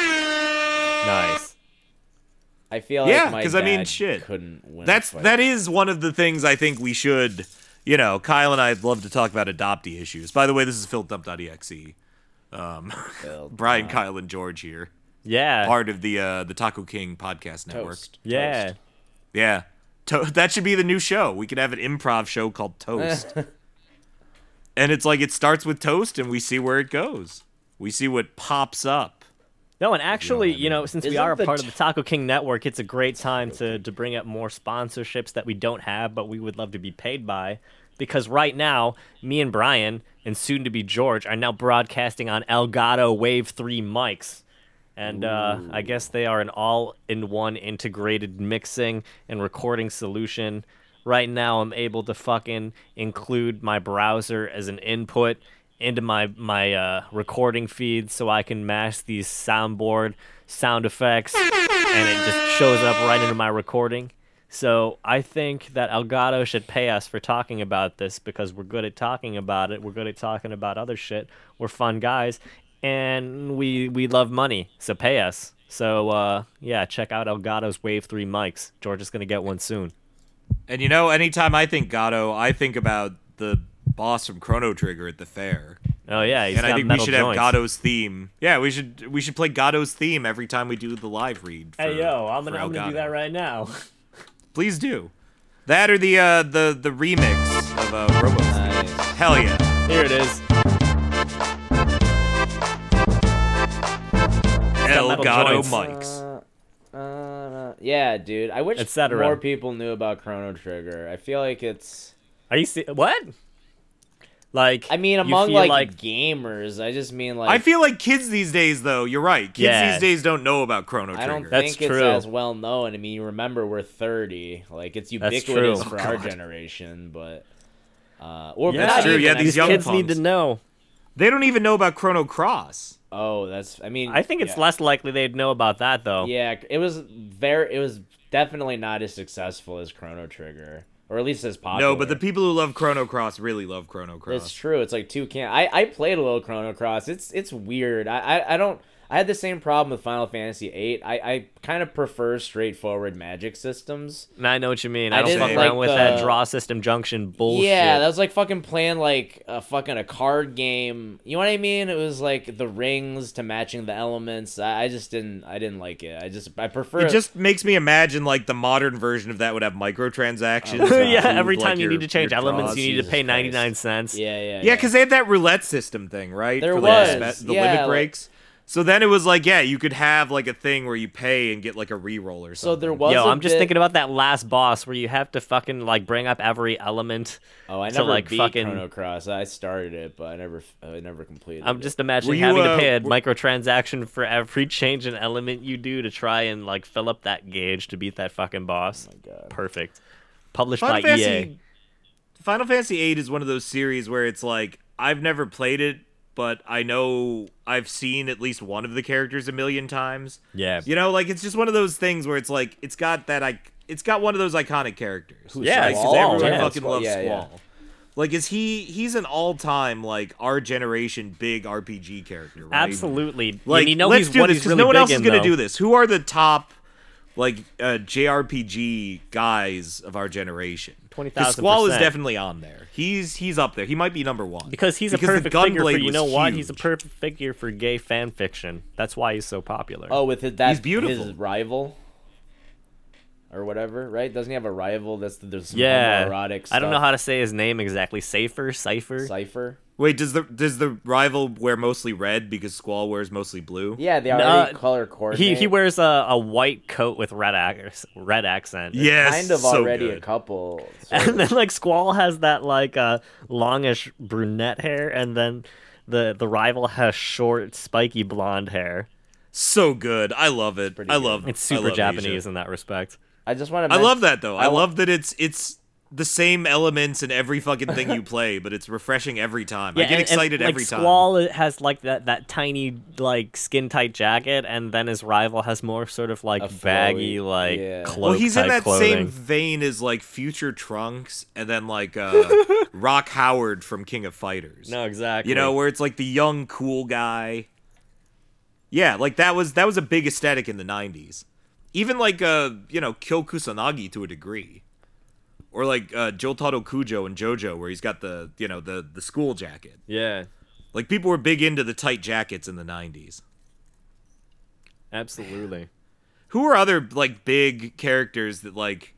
Nice. [LAUGHS] I feel Yeah, like my 'cause I mean, dad shit. couldn't win. a That's fight. that is one of the things I think we should. you know, Kyle and I love to talk about adoptee issues. By the way, this is PhilDump.exe. Um, [LAUGHS] Brian, Kyle, and George here, Yeah. part of the uh, the Taco King podcast network. Toast. yeah. Toast. Yeah, to- that should be the new show. We could have an improv show called [LAUGHS] Toast, and it's like it starts with toast, and we see where it goes. We see what pops up. No, and actually, you know, since we Isn't are a the part of t- the Taco King network, it's a great time to to bring up more sponsorships that we don't have, but we would love to be paid by. Because right now, me and Brian and soon to be George are now broadcasting on Elgato Wave Three mics, and uh, I guess they are an all-in-one integrated mixing and recording solution. Right now, I'm able to fucking include my browser as an input into my my uh, recording feed so I can mash these soundboard sound effects, and it just shows up right into my recording. So I think that Elgato should pay us for talking about this because we're good at talking about it. We're good at talking about other shit. We're fun guys, and we we love money. So pay us. So uh, yeah, check out Elgato's Wave Three mics. George is gonna get one soon. And you know, anytime I think Gatto, I think about the boss from Chrono Trigger at the fair. Oh yeah, he's and got I think we metal should joints. have Gatto's theme. Yeah, we should we should play Gatto's theme every time we do the live read. for- Hey yo, I'm for gonna, El I'm gonna Gatto. do that right now. [LAUGHS] Please do. That or the uh, the the remix of uh, Robo. Nice. Hell yeah! Here it is. El metal Gatto joints. mics. Uh, uh, yeah, dude. I wish Et cetera. more people knew about Chrono Trigger. I feel like it's. Are you see what? Like I mean, you among feel like, gamers, I just mean like. I feel like kids these days, though. You're right. Kids Yeah. these days don't know about Chrono Trigger. I don't That's think it's true. as well known. I mean, you remember we're 30. Like it's true. ubiquitous Oh, for our God. generation, but uh or Yeah. not That's true, even, yeah, I these think- young kids punks. need to know. they don't even know about Chrono Cross. Oh, that's I mean I think it's yeah. less likely they'd know about that though. Yeah, it was very it was definitely not as successful as Chrono Trigger or at least as popular. No, but the people who love Chrono Cross really love Chrono Cross. It's true. It's like two can I I played a little Chrono Cross. It's it's weird. I I, I don't I had the same problem with Final Fantasy VIII. I, I kind of prefer straightforward magic systems. And I know what you mean. I, I don't didn't fuck like uh, around with that the- draw system junction bullshit. [LAUGHS] Yeah, that was like fucking playing like a fucking a card game. You know what I mean? It was like the rings to matching the elements. I, I just didn't I didn't like it. I just I prefer It just makes me imagine like the modern version of that would have microtransactions. Oh, that [LAUGHS] yeah, improve, every like, time you your- need to change your elements, draws. you need to Jesus pay Christ. 99 cents. yeah, yeah. Yeah, because they had that roulette system thing, right? There For like, was, spe- the yeah, limit like- breaks. So then it was like, yeah, you could have like a thing where you pay and get like a reroll or so something. there was Yo, a I'm just bit- thinking about that last boss where you have to fucking like bring up every element. Oh, I to, never like, beat fucking- Chrono Cross. I started it, but I never I never completed I'm it. just imagining you, having uh, to pay a were- microtransaction for every change in element you do to try and like fill up that gauge to beat that fucking boss. God. Perfect. Published Oh Final by E EA. E Fantasy, Final Fantasy VIII is one of those series where it's like I've never played it, but I know I've seen at least one of the characters a million times. Yeah. You know, like it's just one of those things where it's like it's got that I it's got one of those iconic characters. Yeah, like, 'cause Squall, everyone yeah. fucking loves Yeah, yeah. Squall. Like is he he's an all time like our generation big RPG character, right? Absolutely. Like and you know let's he's do what this he's really no one big else is in, gonna though. do this. Who are the top like uh, JRPG guys of our generation? 20,000%. Squall is definitely on there. He's he's up there. He might be number one Because he's Because a the perfect figure for Gunblade you was know what? He's a huge. perfect figure for gay fan fiction. That's why he's so popular. Oh, with his, that He's beautiful. his rival or whatever, right? Doesn't he have a rival? That's the, there's some yeah. erotic. I don't know how to say his name exactly. Safer, Cipher. cipher. Wait, does the does the rival wear mostly red because Squall wears mostly blue? Yeah, they already uh, color coordinate. He he wears a, a white coat with red ac- red accent. Yes, kind of so already a good. couple. sort [LAUGHS] of. And then like Squall has that like uh longish brunette hair and then the the rival has short spiky blonde hair. so good. I love it. I love. It's Oh, I super love Japanese Asia. in that respect. I [LAUGHS] just want to. I love that though. I, wa- love that it's it's the same elements in every fucking thing you play, but it's refreshing every time. I get and- and, excited like, every time. Squall has like that that tiny like skin tight jacket, and then his rival has more sort of like A flowy- baggy like yeah. cloak well, he's in type that same clothing. vein as like future Trunks, and then like [LAUGHS] uh, Rock Howard from King of Fighters. No, exactly. you know where it's like the young cool guy yeah like that was that was a big aesthetic in the 90s even like uh you know kill kusanagi to a degree or like uh, Jotaro Kujo and JoJo, where he's got the you know the the school jacket. Yeah, Like people were big into the tight jackets in the '90s. absolutely. Who were other like big characters that like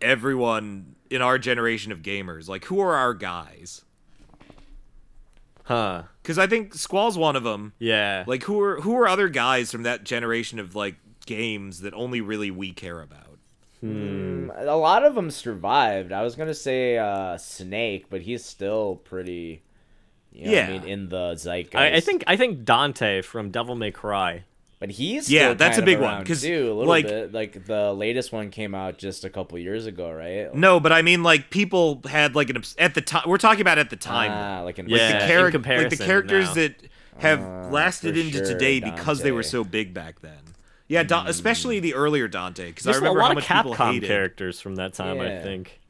everyone in our generation of gamers like who are our guys? Huh. Because I think Squall's one of them. Yeah. Like who are who are other guys from that generation of like games that only really we care about? Mm, A lot of them survived. I was gonna say uh, Snake, but he's still pretty. You know what Yeah. I mean, in the zeitgeist. I, I think I think Dante from Devil May Cry. but he's Yeah, still that's kind a big of one, around 'cause, too, a little like- bit. Like the latest one came out just a couple years ago, right? No, but I mean like people had like an obs- at the time we're talking about at the time. Ah, like in Uh, Yeah. the in charac- like the comparison characters now. that have Ah, lasted for into sure, today because they were Dante. so big back then. Yeah, Don- especially the earlier Dante, because I Mm. There's a remember how lot of much people Capcom hated. characters from that time. Yeah. I think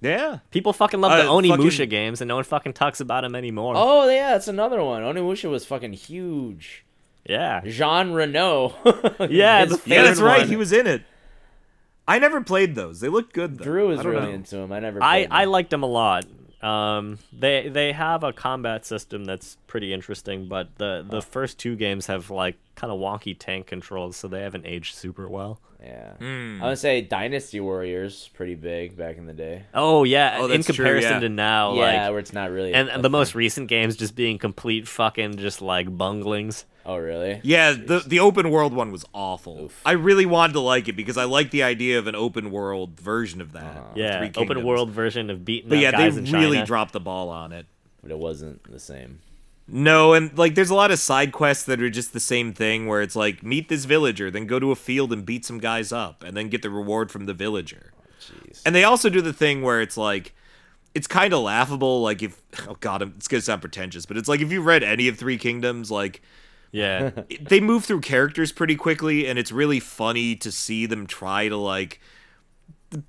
Yeah, people fucking love Uh, the Onimusha fucking- games, and no one fucking talks about them anymore. Oh yeah, that's another one. Onimusha was fucking huge. yeah, Jean [LAUGHS] Renault. Yeah, His the- yeah, that's Third right. one. He was in it. I never played those. They look good though. Drew I is don't really know. into him. I never. I played I them. liked them a lot. Um, they they have a combat system that's pretty interesting, but the the first two games have like kind of wonky tank controls, so they haven't aged super well. Yeah. Hmm. I would say Dynasty Warriors pretty big back in the day. Oh yeah, Oh, in that's true, comparison yeah. to now, yeah, like where it's not really. and, a and the most thing. recent games just being complete fucking just like bunglings. Oh really? Yeah, the the open world one was awful. Oof. I really wanted to like it because I like the idea of an open world version of that. Oh, with Three Uh-huh. Yeah, open Kingdoms. world version of beating But up yeah, guys they in really China. dropped the ball on it. But it wasn't the same. No, and like there's a lot of side quests that are just the same thing where it's like meet this villager, then go to a field and beat some guys up, and then get the reward from the villager. Jeez. And they also do the thing where it's like it's kind of laughable like if oh god, I'm- it's going to sound pretentious, but it's like if you read any of Three Kingdoms like yeah, it- they move through characters pretty quickly and it's really funny to see them try to like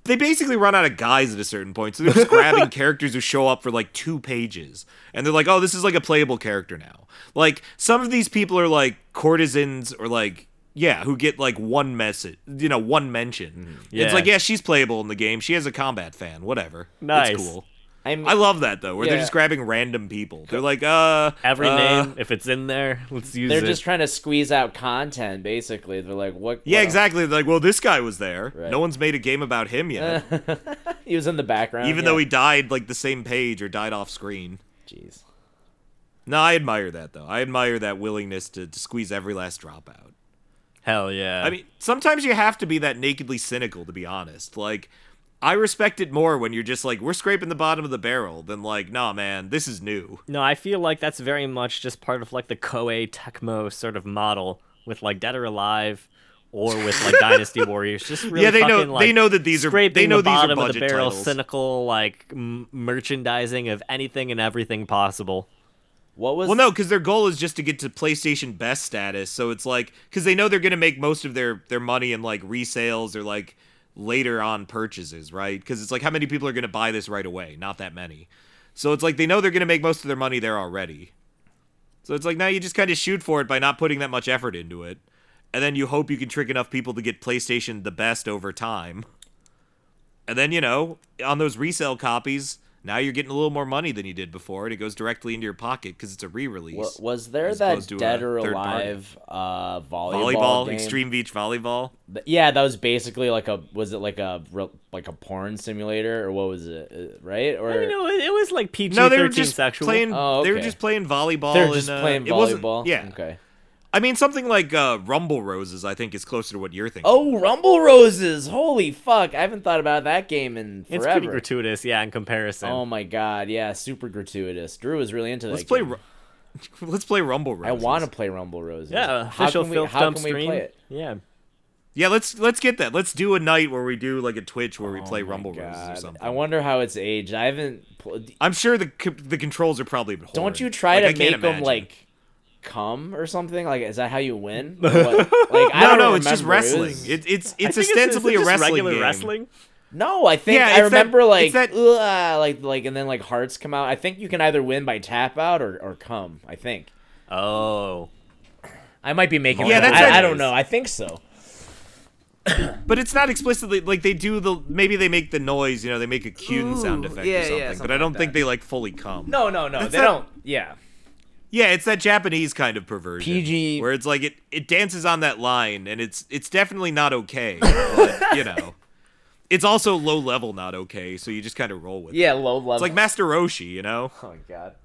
they basically run out of guys at a certain point so they're [LAUGHS] just grabbing characters who show up for like two pages and they're like oh this is like a playable character now like some of these people are like courtesans or like yeah who get like one message you know one mention Mm, Yeah. it's like yeah she's playable in the game she has a combat fan whatever Nice. it's cool I'm, i love that though where they're Yeah. just grabbing random people they're like uh [LAUGHS] every uh, name if it's in there, let's use they're it. just trying to squeeze out content. Basically, they're like, what? Yeah, what exactly. Like, well, this guy was there. Right. No one's made a game about him [LAUGHS] yet, else? he was in the background. even yeah. though he died like the same page or died off screen. Jeez. No, I admire that though. I admire that willingness to, to squeeze every last drop out. Hell yeah. I mean, sometimes you have to be that nakedly cynical, to be honest. Like, I respect it more when you're just like, we're scraping the bottom of the barrel, than like, nah, man, this is new. No, I feel like that's very much just part of like the Koei Tecmo sort of model with like Dead or Alive or with [LAUGHS] like Dynasty Warriors. Just really yeah, they know. fucking, like, they know that these are. scraping They know the these are bottom budget of the barrel, titles. cynical like m- merchandising of anything and everything possible. What was? Well, no, because their goal is just to get to PlayStation Best status. So it's like because they know they're gonna make most of their their money in like resales or like later on purchases, right? Because it's like how many people are gonna buy this right away? Not that many. So it's like they know they're gonna make most of their money there already. So it's like now you just kind of shoot for it by not putting that much effort into it, and then you hope you can trick enough people to get PlayStation the best over time. And then you know on those resale copies. Now you're getting a little more money than you did before, and it goes directly into your pocket because it's a re-release. wa- was there as that opposed to a Dead or third party. Alive uh, volleyball, volleyball, game? extreme beach volleyball. Th- Yeah, that was basically like a was it like a re- like a porn simulator or what was it? Uh, Right? Or You know, it, it was like PG No, they were thirteen just sexual. playing. Oh, They were okay. just playing volleyball. they're just and, uh, playing It wasn't, volleyball. yeah, Okay. I mean something like uh, Rumble Roses. I think is closer to what you're thinking. Oh, Rumble Roses! Holy fuck! I haven't thought about that game in It's forever. pretty gratuitous, yeah, in comparison. Um, oh my god! Yeah, super gratuitous. Drew was really into that. let's play. game. Ru- [LAUGHS] let's play Rumble I Roses. want to play Rumble Roses. yeah, How official can we- Filth how Dump can we play stream. it? Yeah. Yeah, let's let's get that. Let's do a night where we do like a Twitch where we play Oh my Rumble Roses God. or something. I wonder how it's aged. I haven't. Pl- I'm sure the co- the controls are probably. Horrid. Don't you try Like, I to can't make them imagine. like come or something? Like, is that how [LAUGHS] you win? Or what? Like, I No, don't no, it's just remember. It wrestling. was- It, it's I it's think is ostensibly it a just wrestling regular game. wrestling. no, I think Yeah, it's I that- remember like it's that- "Ugh," like like and then like hearts come out. I think you can either win by tap out or or come. I think Oh. I might be making. Yeah, that up. that's I, right. I don't know. I think so. but it's not explicitly like they do the maybe they make the noise, you know, they make a cune sound Ooh, effect yeah, or yeah, something, but something I like don't think that. they like fully come. No, no, no. That's they not- don't. Yeah. Yeah, it's that Japanese kind of perversion. PG where it's like it, it dances on that line and it's it's definitely not okay. [LAUGHS] But, you know. It's also low level not okay, so you just kind of roll with it. Yeah, low level. It's like Master Roshi, you know? oh my god.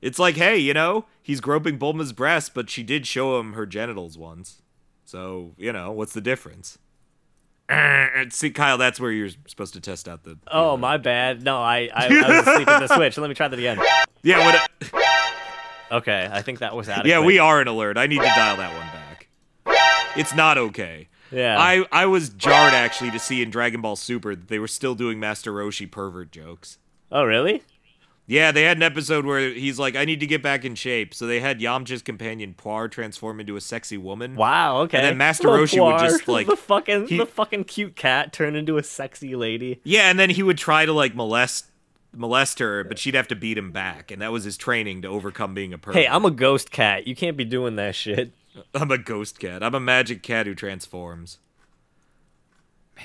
It's like, hey, you know, he's groping Bulma's breast, but she did show him her genitals once. So, you know, what's the difference? [CLEARS THROAT] Eh, See, Kyle, that's where you're supposed to test out the. Oh, my bad. No, I, I, [LAUGHS] I was asleep in the Switch. Let me try that again. Yeah, what, Okay, I think that was adequate. yeah, we are an alert. I need to dial that one back. It's not okay. Yeah. I, I was jarred actually to see in Dragon Ball Super that they were still doing Master Roshi pervert jokes. oh, really? Yeah, they had an episode where he's like, I need to get back in shape. So they had Yamcha's companion Poir transform into a sexy woman. Wow. Okay. And then Master Little Roshi would just, Guar, [LAUGHS] like, the fucking he- the fucking cute cat turned into a sexy lady. Yeah, and then he would try to like molest molest her, but she'd have to beat him back, and that was his training to overcome being a pervert. Hey, I'm a ghost cat. You can't be doing that shit. [LAUGHS] I'm a ghost cat. I'm a magic cat who transforms. Man.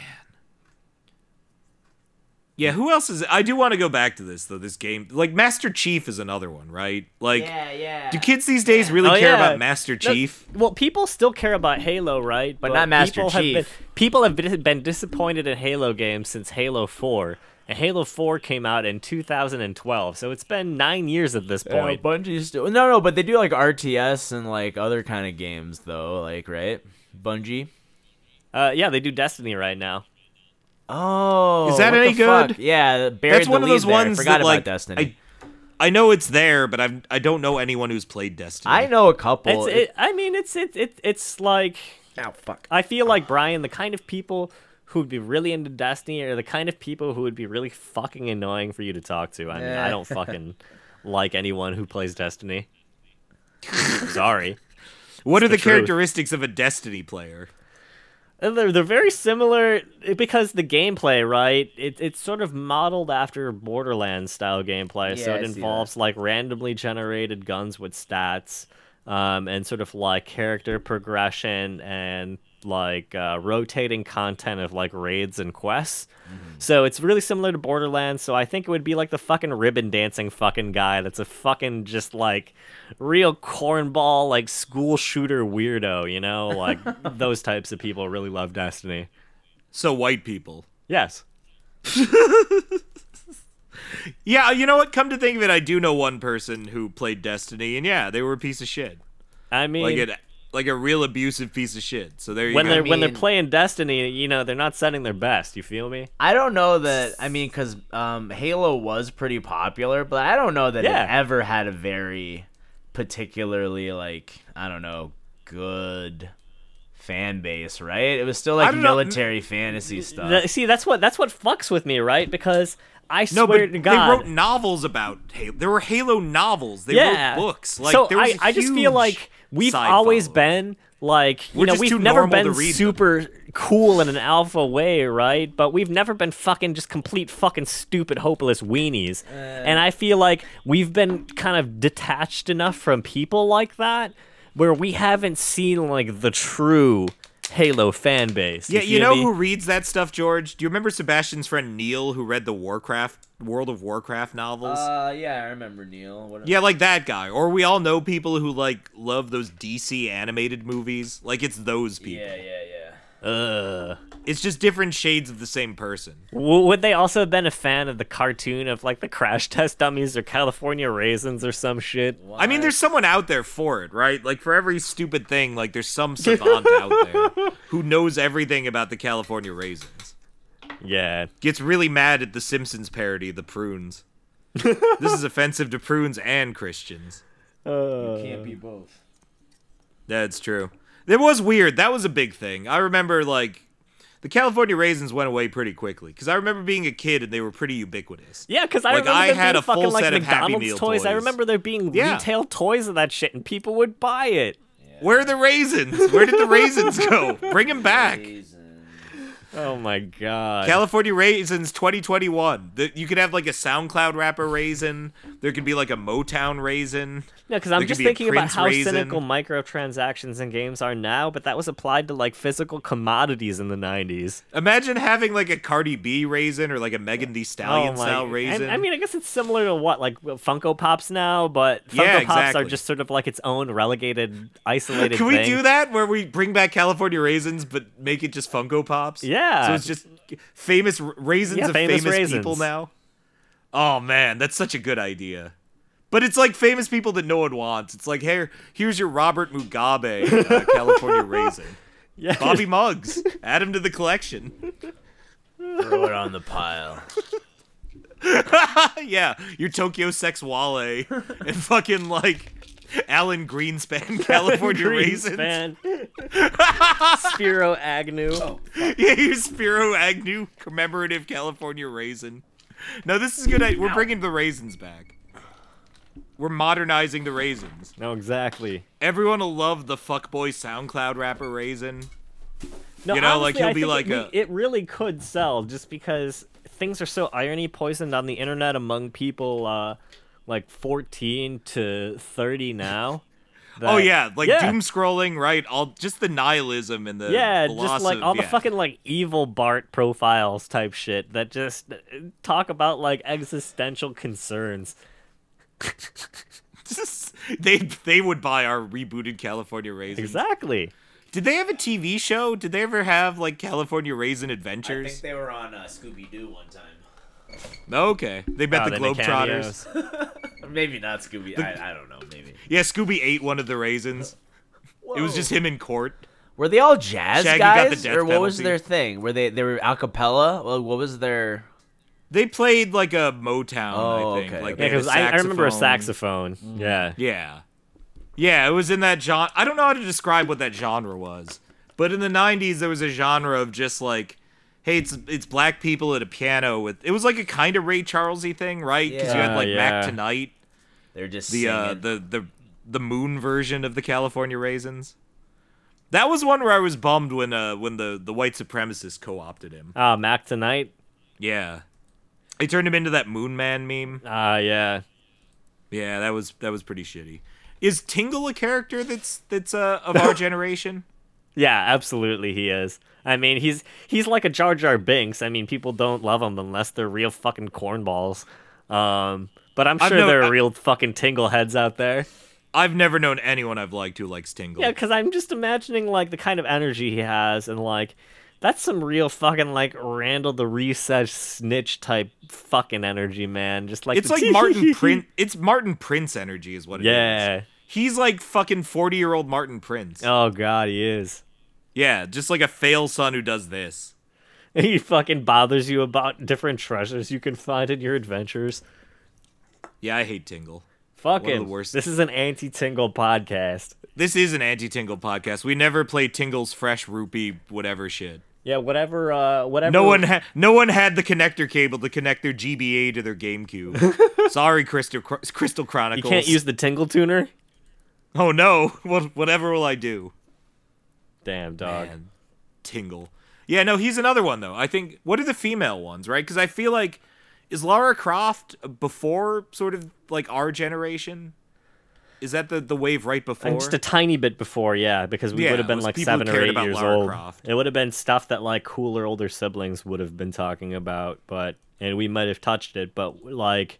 Yeah, who else is? I do want to go back to this though. This game, like Master Chief, is another one, right? Like, yeah. do kids these days really Oh, care yeah. about Master No, Chief? well, people still care about Halo, right? But, not Master people Have Chief. been, people have been, been disappointed in Halo games since Halo 4. And Halo 4 came out in 2012, so it's been nine years at this point. Yeah, Bungie's still no, no, but they do like RTS and like other kind of games though, like right, Bungie. uh, yeah, they do Destiny right now. Oh, Is that what any the fuck? good? Yeah, buried That's the one of lead those there. ones Forgot that about like Destiny. I, I know it's there, but I've I don't know anyone who's played Destiny. I, know a couple. it's, it, I mean, it's it, it it's like oh fuck. I feel like Brian, the kind of people who would be really into Destiny are the kind of people who would be really fucking annoying for you to talk to. I mean, I don't fucking like anyone who plays Destiny. [LAUGHS] Sorry. What are the, the truth. characteristics of a Destiny player? And They're, they're very similar eh, because the gameplay, right? It, it's sort of modeled after Borderlands style gameplay. Yeah, so I it see that. involves like randomly generated guns with stats um, and sort of like character progression and like uh, rotating content of like raids and quests. Mm-hmm. So it's really similar to Borderlands. So I think it would be like the fucking ribbon dancing fucking guy that's a fucking just like real cornball, like school shooter weirdo, you know? [LAUGHS] Like those types of people really love Destiny. So white people. Yes. Yeah, you know what? Come to think of it, I do know one person who played Destiny, and yeah, they were a piece of shit, I mean, like a like a real abusive piece of shit. So there you when go. they're when they're mean- playing Destiny, you know, they're not sending their best. You feel me? I don't know that. I mean, because um, Halo was pretty popular, but I don't know that Yeah. it ever had a very particularly like I don't know good fan base, right? It was still like don't know. military fantasy stuff. Th- see, that's what that's what fucks with me, right? Because I no, swear but to they God, wrote novels about Halo. There were Halo novels. They yeah. wrote books. Like so there was I, I just feel huge like we've side always following. been like you We're know just too we've never normal to been read them. super cool in an alpha way, right? But we've never been fucking just complete fucking stupid hopeless weenies. and I feel like we've been kind of detached enough from people like that where we haven't seen like the true Halo fan base. Yeah, you feel know me? who reads that stuff, George? Do you remember Sebastian's friend Neil who read the Warcraft World of Warcraft novels? Uh, yeah, I remember Neil. What Yeah, like that guy. Or we all know people who like love those DC animated movies. Like it's those people. yeah, yeah, yeah. Ugh. It's just different shades of the same person. W- would they also have been a fan of the cartoon of like the crash [LAUGHS] test dummies or California raisins or some shit? I mean, there's someone out there for it, right? Like for every stupid thing, like there's some savant out [LAUGHS] there who knows everything about the California raisins. Yeah. Gets really mad at the Simpsons parody, The Prunes. this is offensive to prunes and Christians. Can't be both. That's true. It was weird. That was a big thing. I remember like the California raisins went away pretty quickly because I remember being a kid and they were pretty ubiquitous. Yeah, because I Like, remember I there had being a full fucking like set of Happy McDonald's Meal toys. I toys. remember there being Yeah. retail toys of that shit, and people would buy it. [LAUGHS] Where are the raisins? Where did the raisins go? Bring them back. Reason. Oh my god. California Raisins 2021. The, you could have like a SoundCloud rapper raisin. There could be like a Motown raisin. No, because There I'm could just be a thinking about Prince how raisin. cynical microtransactions in games are now, but that was applied to like physical commodities in the 90s. Imagine having like a Cardi B raisin or like a Megan Thee Stallion style Oh and- raisin. I mean, I guess it's similar to what like Funko Pops now, but Funko Yeah, Pops exactly. are just sort of like its own relegated, isolated. Can we thing. do that where we bring back California raisins but make it just Funko Pops? Yeah. So it's just famous r- raisins Yeah, of famous, famous people raisins. now. Oh man, that's such a good idea. But it's like famous people that no one wants. It's like here, here's your Robert Mugabe [LAUGHS] uh, California raisin. Yeah. Bobby Muggs, add him to the collection. Throw it on the pile. yeah, your Tokyo Sex [LAUGHS] Wale and fucking like Alan Greenspan California raisins. Man, Spiro Agnew. [LAUGHS] Yeah, your Spiro Agnew commemorative California raisin. No, this is good. I- We're bringing the raisins back. We're modernizing the raisins. No, exactly. Everyone will love the fuckboy SoundCloud rapper raisin. no, You know, like, honestly, he'll I be think like it, a- it really could sell just because things are so irony poisoned on the internet among people uh, like 14 to 30 now. [LAUGHS] oh that- yeah, like yeah. doom scrolling, right? All just the nihilism and the yeah, the just loss like of- all the yeah. [LAUGHS] fucking like evil Bart profiles type shit that just uh, talk about like existential concerns. they they would buy our rebooted California raisins. Exactly. Did they have a TV show? Did they ever have like California Raisin I Adventures? think they were on uh, Scooby Doo one time. Okay, they met Oh, the they made Globetrotters. Maybe not Scooby. I, I don't know. Maybe. Yeah, Scooby ate one of the raisins. It was just him in court. Were they all jazz Shaggy got the guys, death or what was penalty. their thing? Were they they were acapella? Well, what was their? They played like a Motown, Oh, I think. okay, Like they okay. Yeah, had a because I, I remember a saxophone. Mm-hmm. saxophone. Yeah. Yeah. Yeah, it was in that genre. I don't know how to describe what that genre was. But in the 90s, there was a genre of just like, hey, it's it's black people at a piano with. It was like a kind of Ray Charlesy thing, right? Because you had Yeah. like Mac Yeah. Tonight, They're just the, uh, singing. the the the moon version of the California Raisins. That was one where I was bummed when uh when the the white supremacist co-opted him. Ah, Mac tonight. Yeah. They turned him into that Moon Man meme. Ah, yeah. Yeah, that was that was pretty shitty. Is Tingle a character that's that's uh, of [LAUGHS] our generation? Yeah, absolutely he is. I mean, he's he's like a Jar Jar Binks. I mean, people don't love him unless they're real fucking cornballs. Um, but I'm I've sure never- there are I- real fucking tingle heads out there. I've never known anyone I've liked who likes Tingle. Yeah, because I'm just imagining like the kind of energy he has, and like that's some real fucking like Randall the Reset snitch type fucking energy, man. Just like it's the- like [LAUGHS] Martin Prince. It's Martin Prince energy, is what it is. Yeah. He's like fucking forty year old Martin Prince. Oh god, he is. Yeah, just like a fail son who does this. [LAUGHS] He fucking bothers you about different treasures you can find in your adventures. Yeah, I hate Tingle. Fucking. One of the worst. This is an anti-tingle podcast. This is an anti Tingle podcast. We never play Tingle's fresh rupee whatever shit. Yeah, whatever. Uh, whatever. No one, ha- no one had the connector cable to connect their GBA to their GameCube. Sorry, Crystal, Chr- Crystal You Chronicles. can't use the tingle tuner. Oh no! [LAUGHS] What, whatever will I do? Damn dog. Man, tingle. Yeah, no, he's another one though. I think. What are the female ones, right? Because I feel like is Lara Croft before sort of like our generation? Is that the the wave right before? And just a tiny bit before, yeah, because we Yeah, would have it been was like people who seven or cared eight about years Lara old. Croft. It would have been stuff that like cooler older siblings would have been talking about, but and we might have touched it, but like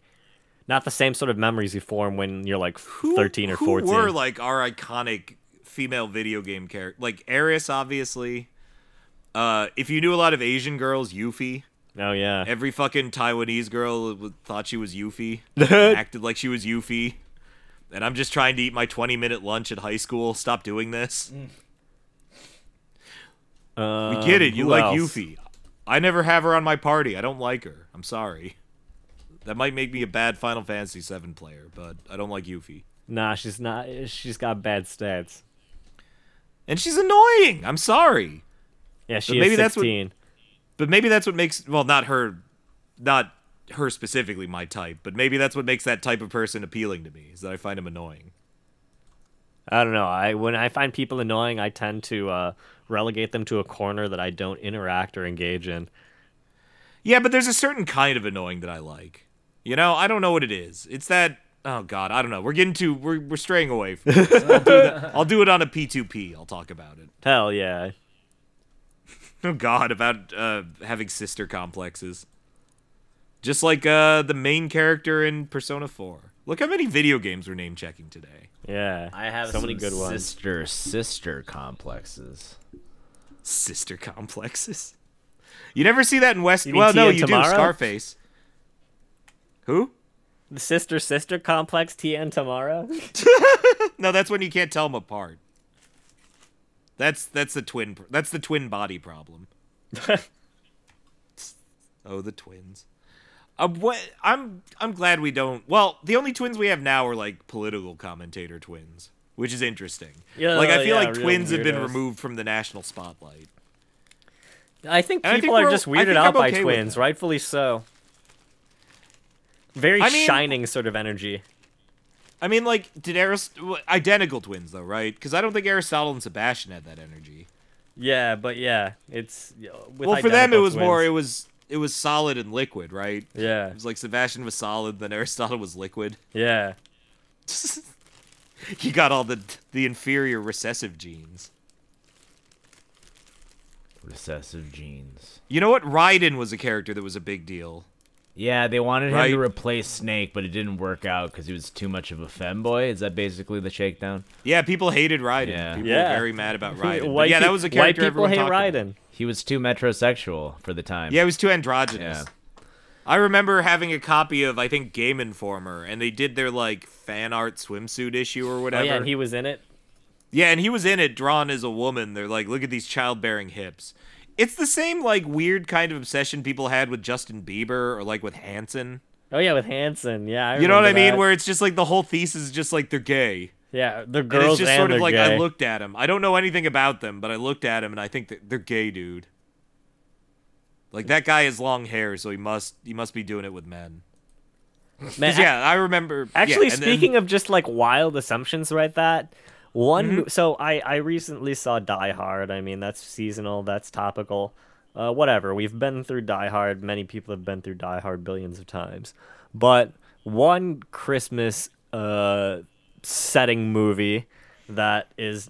not the same sort of memories you form when you're like Who- thirteen or fourteen. Who were like our iconic female video game character? Like Eris, obviously. Uh, if you knew a lot of Asian girls, Yuffie. oh yeah, Every fucking Taiwanese girl w- thought she was [LAUGHS] Yuffie, acted like she was Yuffie, and I'm just trying to eat my 20 minute lunch at high school. Stop doing this. we get it. You Um, who like else? Yuffie. I never have her on my party. I don't like her. I'm sorry. That might make me a bad Final Fantasy VII player, but I don't like Yuffie. nah, she's not. She's got bad stats. And she's annoying. I'm sorry. Yeah, she But is maybe that's what- sixteen. But maybe that's what makes well not her not her specifically my type, but maybe that's what makes that type of person appealing to me is that I find him annoying. I don't know. I when I find people annoying, I tend to uh, relegate them to a corner that I don't interact or engage in. Yeah, but there's a certain kind of annoying that I like. You know, I don't know what it is. It's that oh god, I don't know. We're getting too we're we're straying away from this. I'll, do that. I'll do it on a P2P. I'll talk about it. Hell yeah. Oh god, about uh having sister complexes. Just like uh the main character in Persona 4. Look how many video games we're name checking today. Yeah. I have so many some good ones. sister sister complexes. Sister complexes. You never see that in West. mean well, no, Tia you do. Tamara? Scarface. Who? The sister sister complex T and Tamara. No, that's when you can't tell them apart. That's that's the twin. pr- That's the twin body [LAUGHS] problem. oh, the twins. Uh, what? I'm I'm glad we don't. Well, the only twins we have now are like political commentator twins, which is interesting. Yeah, like I feel yeah, like real twins have been weirdos. removed from the national spotlight. [LAUGHS] I think And I people think are we're- just I weirded think out I'm by okay with twins, that. rightfully so. Very I mean- shining sort of energy. I mean, like, did Arist- w- identical twins though, right? Because I don't think Aristotle and Sebastian had that energy. Yeah, but yeah, it's with well, for them, it identical was more. twins. It was it was solid and liquid, right? yeah, It was like Sebastian was solid, then Aristotle was liquid. [LAUGHS] yeah. he got all the the inferior recessive genes. Recessive genes. You know what? Raiden was a character that was a big deal. Yeah, they wanted him Right. to replace Snake, but it didn't work out because he was too much of a femboy. Is that basically the shakedown? Yeah, people hated Raiden. Yeah. People Yeah. were very mad about Raiden. But [LAUGHS] White yeah, that peop- was a character White people everyone hate talked about. Raiden. He was too metrosexual for the time. Yeah, it was too androgynous. Yeah. I remember having a copy of I think Game Informer, and they did their like fan art swimsuit issue or Oh whatever. yeah, and he was in it. Yeah, and he was in it drawn as a woman. They're like, look at these childbearing hips. It's the same like weird kind of obsession people had with Justin Bieber or like with Hanson. Oh yeah, with Hanson. Yeah, I You know what I remember mean? that. Where it's just like the whole thesis is just like they're gay. yeah, they're And girls it's and, just sort of they're like gay. I looked at him. I don't know anything about them, but I looked at him and I think that they're gay, dude. Like that guy has long hair, so he must he must be doing it with men. 'Cause, Man, yeah, I remember. yeah, Actually, and then- speaking of just like wild assumptions, right? That one. Mm-hmm. So I I recently saw Die Hard. I mean, that's seasonal. That's topical. Uh, whatever. We've been through Die Hard. Many people have been through Die Hard billions of times. But one Christmas uh, setting movie that is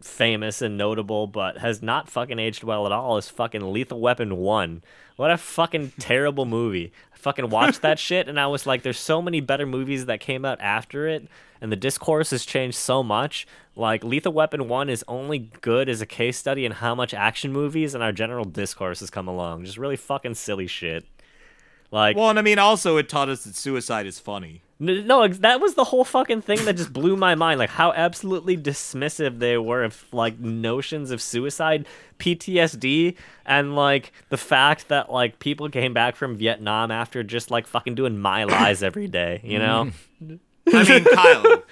famous and notable, but has not fucking aged well at all is fucking Lethal Weapon 1. What a fucking terrible movie. I fucking watched that shit and I was like, there's so many better movies that came out after it, and the discourse has changed so much. Like, Lethal Weapon 1 is only good as a case study in how much action movies and our general discourse has come along. Just really fucking silly shit. Like, well, and I mean, also it taught us that suicide is funny. N- No, ex- that was the whole fucking thing that just blew my mind. Like how absolutely dismissive they were of like notions of suicide, PTSD, and like the fact that like people came back from Vietnam after just like fucking doing my lies every day. You know? I mean, [LAUGHS] Kyle.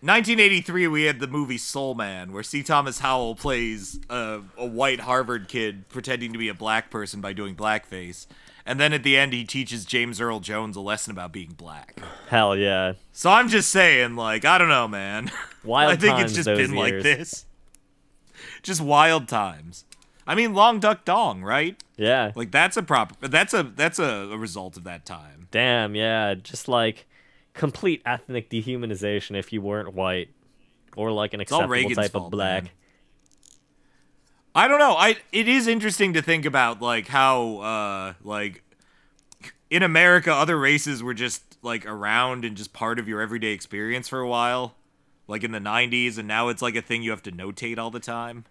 1983, we had the movie Soul Man, where C. Thomas Howell plays a, a white Harvard kid pretending to be a black person by doing blackface. And then at the end, he teaches James Earl Jones a lesson about being black. Hell yeah. So I'm just saying, like, I don't know, man. [LAUGHS] Wild I think times it's just those been like years. this. Just wild times. I mean, Long Duck Dong, right? Yeah. Like that's a proper. That's a that's a, a result of that time. Damn. Yeah. Just like complete ethnic dehumanization if you weren't white or like an all acceptable Reagan's type fault, of black. man. I don't know. I it is interesting to think about like how uh like in America other races were just like around and just part of your everyday experience for a while. Like in the 90s and now it's like a thing you have to notate all the time.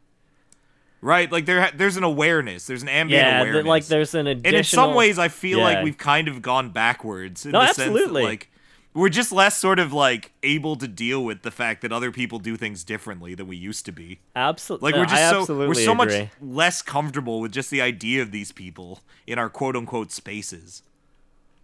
Right? Like there ha- there's an awareness. There's an ambient Yeah. awareness. th- like there's an additional. and in some ways I feel Yeah. like we've kind of gone backwards in No, the sense that absolutely. like we're just less sort of like able to deal with the fact that other people do things differently than we used to be. absolutely. Like we're I just so absolutely we're so agree. much less comfortable with just the idea of these people in our quote unquote spaces.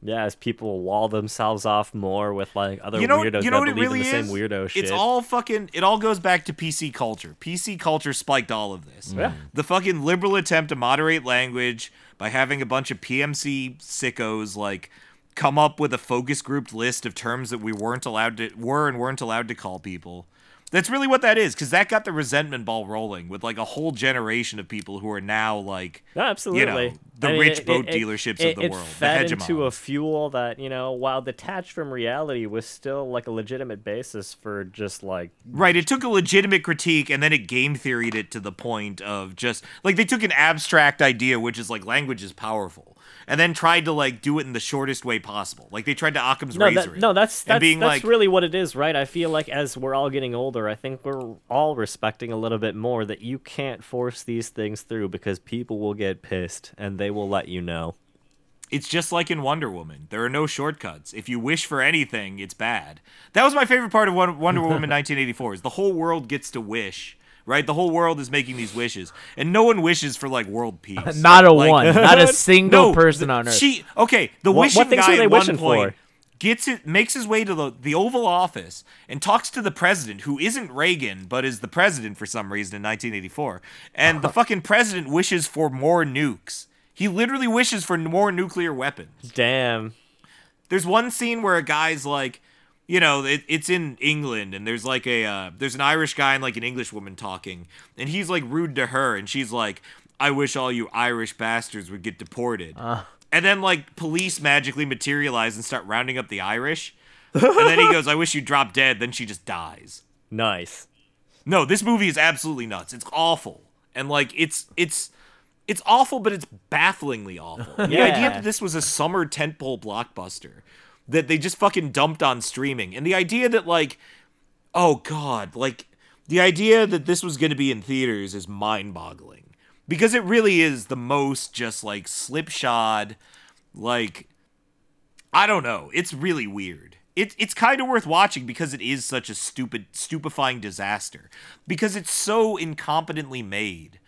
Yeah, as people wall themselves off more with like other You know, weirdos you know that what it believe really in the is. same weirdo shit. It's all fucking. It all goes back to PC culture. PC culture spiked all of this. Yeah. The fucking liberal attempt to moderate language by having a bunch of PMC sickos like come up with a focus grouped list of terms that we weren't allowed to were and weren't allowed to call people. That's really what that is, because that got the resentment ball rolling with like a whole generation of people who are now like, No, absolutely. the rich boat dealerships of it- the it world, the fed into a hegemons. fuel that you know, while detached from reality, was still like a legitimate basis for just like right? It took a legitimate critique and then it game theoried it to the point of just like they took an abstract idea, which is like language is powerful, and then tried to like do it in the shortest way possible. Like they tried to Occam's no, razor. that, it no. That's and that's being like, that's really what it is, right? I feel like as we're all getting older, I think we're all respecting a little bit more that you can't force these things through because people will get pissed and they will let you know. It's just like in Wonder Woman. There are no shortcuts. If you wish for anything, it's bad. That was my favorite part of Won- [LAUGHS] Wonder Woman 1984 is the whole world gets to wish, right? The whole world is making these wishes, and no one wishes for like world peace. [LAUGHS] Not a Like, [LAUGHS] one. Not a single no, person the- on earth. She okay. The What- wishing what things guy are they at one wishing point for? gets it, makes his way to the the Oval Office and talks to the president, who isn't Reagan but is the president for some reason in 1984. And Uh-huh. the fucking president wishes for more nukes. He literally wishes for more nuclear weapons Damn. there's one scene where a guy's like you know it, it's in england and there's like a uh, there's an irish guy and like an english woman talking and he's like rude to her and she's like i wish all you irish bastards would get deported and then like police magically materialize and start rounding up the irish and then he goes i wish you drop dead then she just dies Nice. no, this movie is absolutely nuts. It's awful. And like it's it's it's awful, but it's bafflingly awful. The idea that this was a summer tentpole blockbuster that they just fucking dumped on streaming. And the idea that like oh god, like the idea that this was going to be in theaters is mind-boggling because it really is the most just like slipshod like I don't know. It's really weird. It, it's kind of worth watching because it is such a stupid, stupefying disaster. Because it's so incompetently made.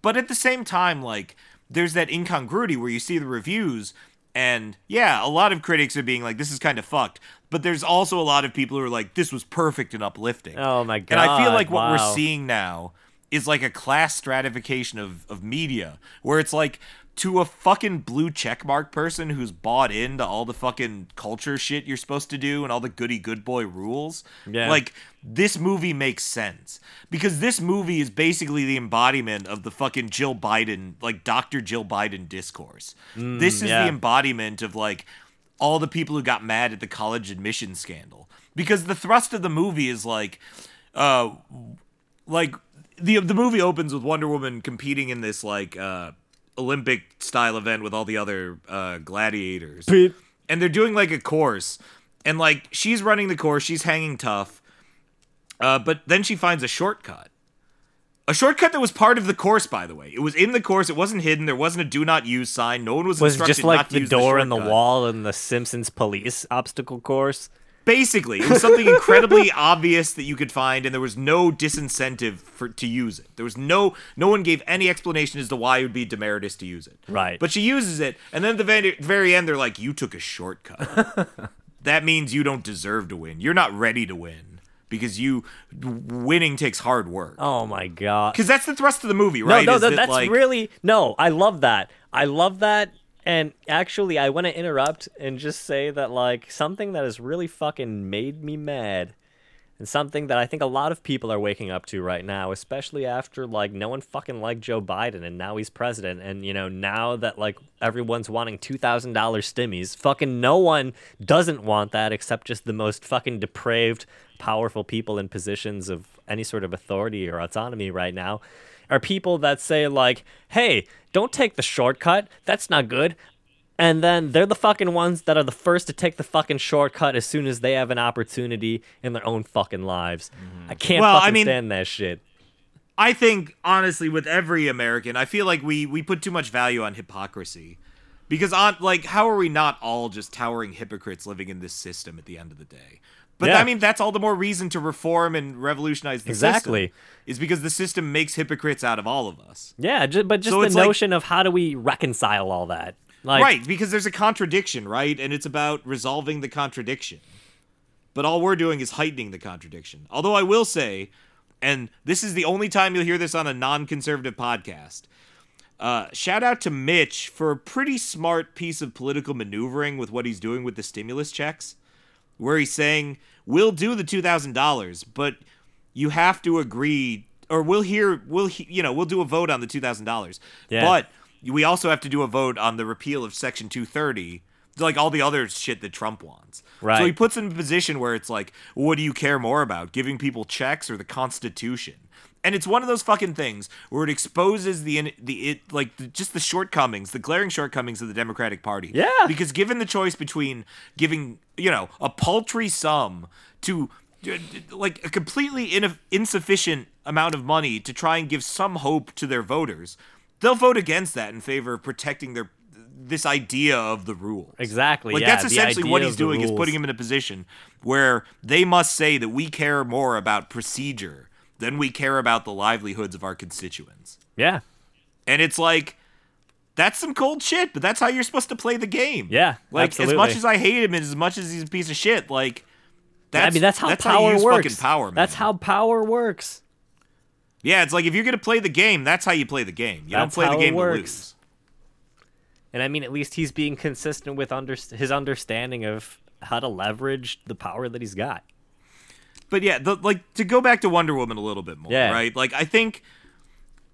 But at the same time, like, there's that incongruity where you see the reviews, and yeah, a lot of critics are being like, this is kind of fucked. But there's also a lot of people who are like, this was perfect and uplifting. Oh my And I feel God, like what we're wow. seeing now is like a class stratification of, of media where it's like to a fucking blue checkmark person who's bought into all the fucking culture shit you're supposed to do and all the goody good boy rules. Yeah. Like this movie makes sense because this movie is basically the embodiment of the fucking Jill Biden, like Dr. Jill Biden discourse. this is the Mm, yeah. embodiment of like all the people who got mad at the college admission scandal because the thrust of the movie is like uh like the the movie opens with Wonder Woman competing in this like uh Olympic style event with all the other uh gladiators. And they're doing like a course and like she's running the course, she's hanging tough. Uh but then she finds a shortcut. A shortcut that was part of the course by the way. It was in the course, it wasn't hidden, there wasn't a do not use sign. No one was, Was instructed just not like to the use door and the shortcut. wall in the Simpsons police obstacle course. Basically, it was something [LAUGHS] incredibly obvious that you could find, and there was no disincentive for to use it. There was no no one gave any explanation as to why it would be demeritus to use it. Right. But she uses it, and then at the very, very end, they're like, "You took a shortcut. [LAUGHS] that means you don't deserve to win. You're not ready to win because you winning takes hard work. Oh my god. Because that's the thrust of the movie, right? No, no, Is that, that, that's like- really no. I love that. I love that. And actually, I want to interrupt and just say that like something that has really fucking made me mad, and something that I think a lot of people are waking up to right now, especially after like no one fucking liked Joe Biden and now he's president, and you know now that like everyone's wanting two thousand dollars stimmies, fucking no one doesn't want that except just the most fucking depraved, powerful people in positions of any sort of authority or autonomy right now are people that say like, "Hey, don't take the shortcut. That's not good." And then they're the fucking ones that are the first to take the fucking shortcut as soon as they have an opportunity in their own fucking lives. I can't Well, I fucking mean- stand that shit. I think honestly, with every American, I feel like we we put too much value on hypocrisy, because on like how are we not all just towering hypocrites living in this system at the end of the day? But Yeah. I mean, that's all the more reason to reform and revolutionize the system, Exactly. Is because the system makes hypocrites out of all of us. Yeah, ju- but just So the it's like- notion of how do we reconcile all that? Like, right, because there's a contradiction, right? And it's about resolving the contradiction. But all we're doing is heightening the contradiction. Although I will say, and this is the only time you'll hear this on a non conservative podcast, uh, shout out to Mitch for a pretty smart piece of political maneuvering with what he's doing with the stimulus checks, where he's saying, we'll do the $2,000, but you have to agree, or we'll hear, we'll he- you know, we'll do a vote on the two thousand dollars. Yeah. But we also have to do a vote on the repeal of Section two thirty, like all the other shit that Trump wants. So he Right. puts in a position where it's like, what do you care more about, giving people checks or the Constitution? And it's one of those fucking things where it exposes the in- the it like the, just the shortcomings, the glaring shortcomings of the Democratic Party. Yeah. Because given the choice between giving, you know, a paltry sum to d- d- like a completely in- insufficient amount of money to try and give some hope to their voters, they'll vote against that in favor of protecting their this idea of the rule. Exactly, Like yeah, that's the essentially idea what of he's the doing is rules. putting him in a position where they must say that we care more about procedure than we care about the livelihoods of our constituents. Yeah. And it's like that's some cold shit, but that's how you're supposed to play the game. Yeah, Like as much absolutely. as I hate him and as much as he's a piece of shit, like that's I mean, that's how that's power how you use works. fucking power, man. That's how power works. Yeah, it's like if you're gonna play the game, that's how you play the game. You That's don't play how the it game to works. lose. And I mean, at least he's being consistent with under- his understanding of how to leverage the power that he's got. but yeah, the, like to go back to Wonder Woman a little bit more, Yeah. right? Like I think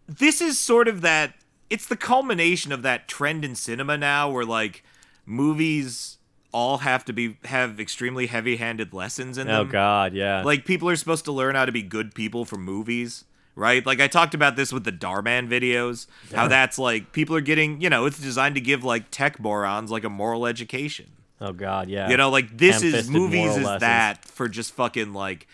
this is sort of that it's the culmination of that trend in cinema now where like movies all have to be have extremely heavy-handed lessons in Oh them. God, yeah. [LAUGHS] Like people are supposed to learn how to be good people from movies, right? Like I talked about this with the Darman videos, how that's like people are getting, you know, it's designed to give like tech morons like a moral education. oh God, yeah. You know, like this is Ham-fisted movies moral is lessons. that for just fucking like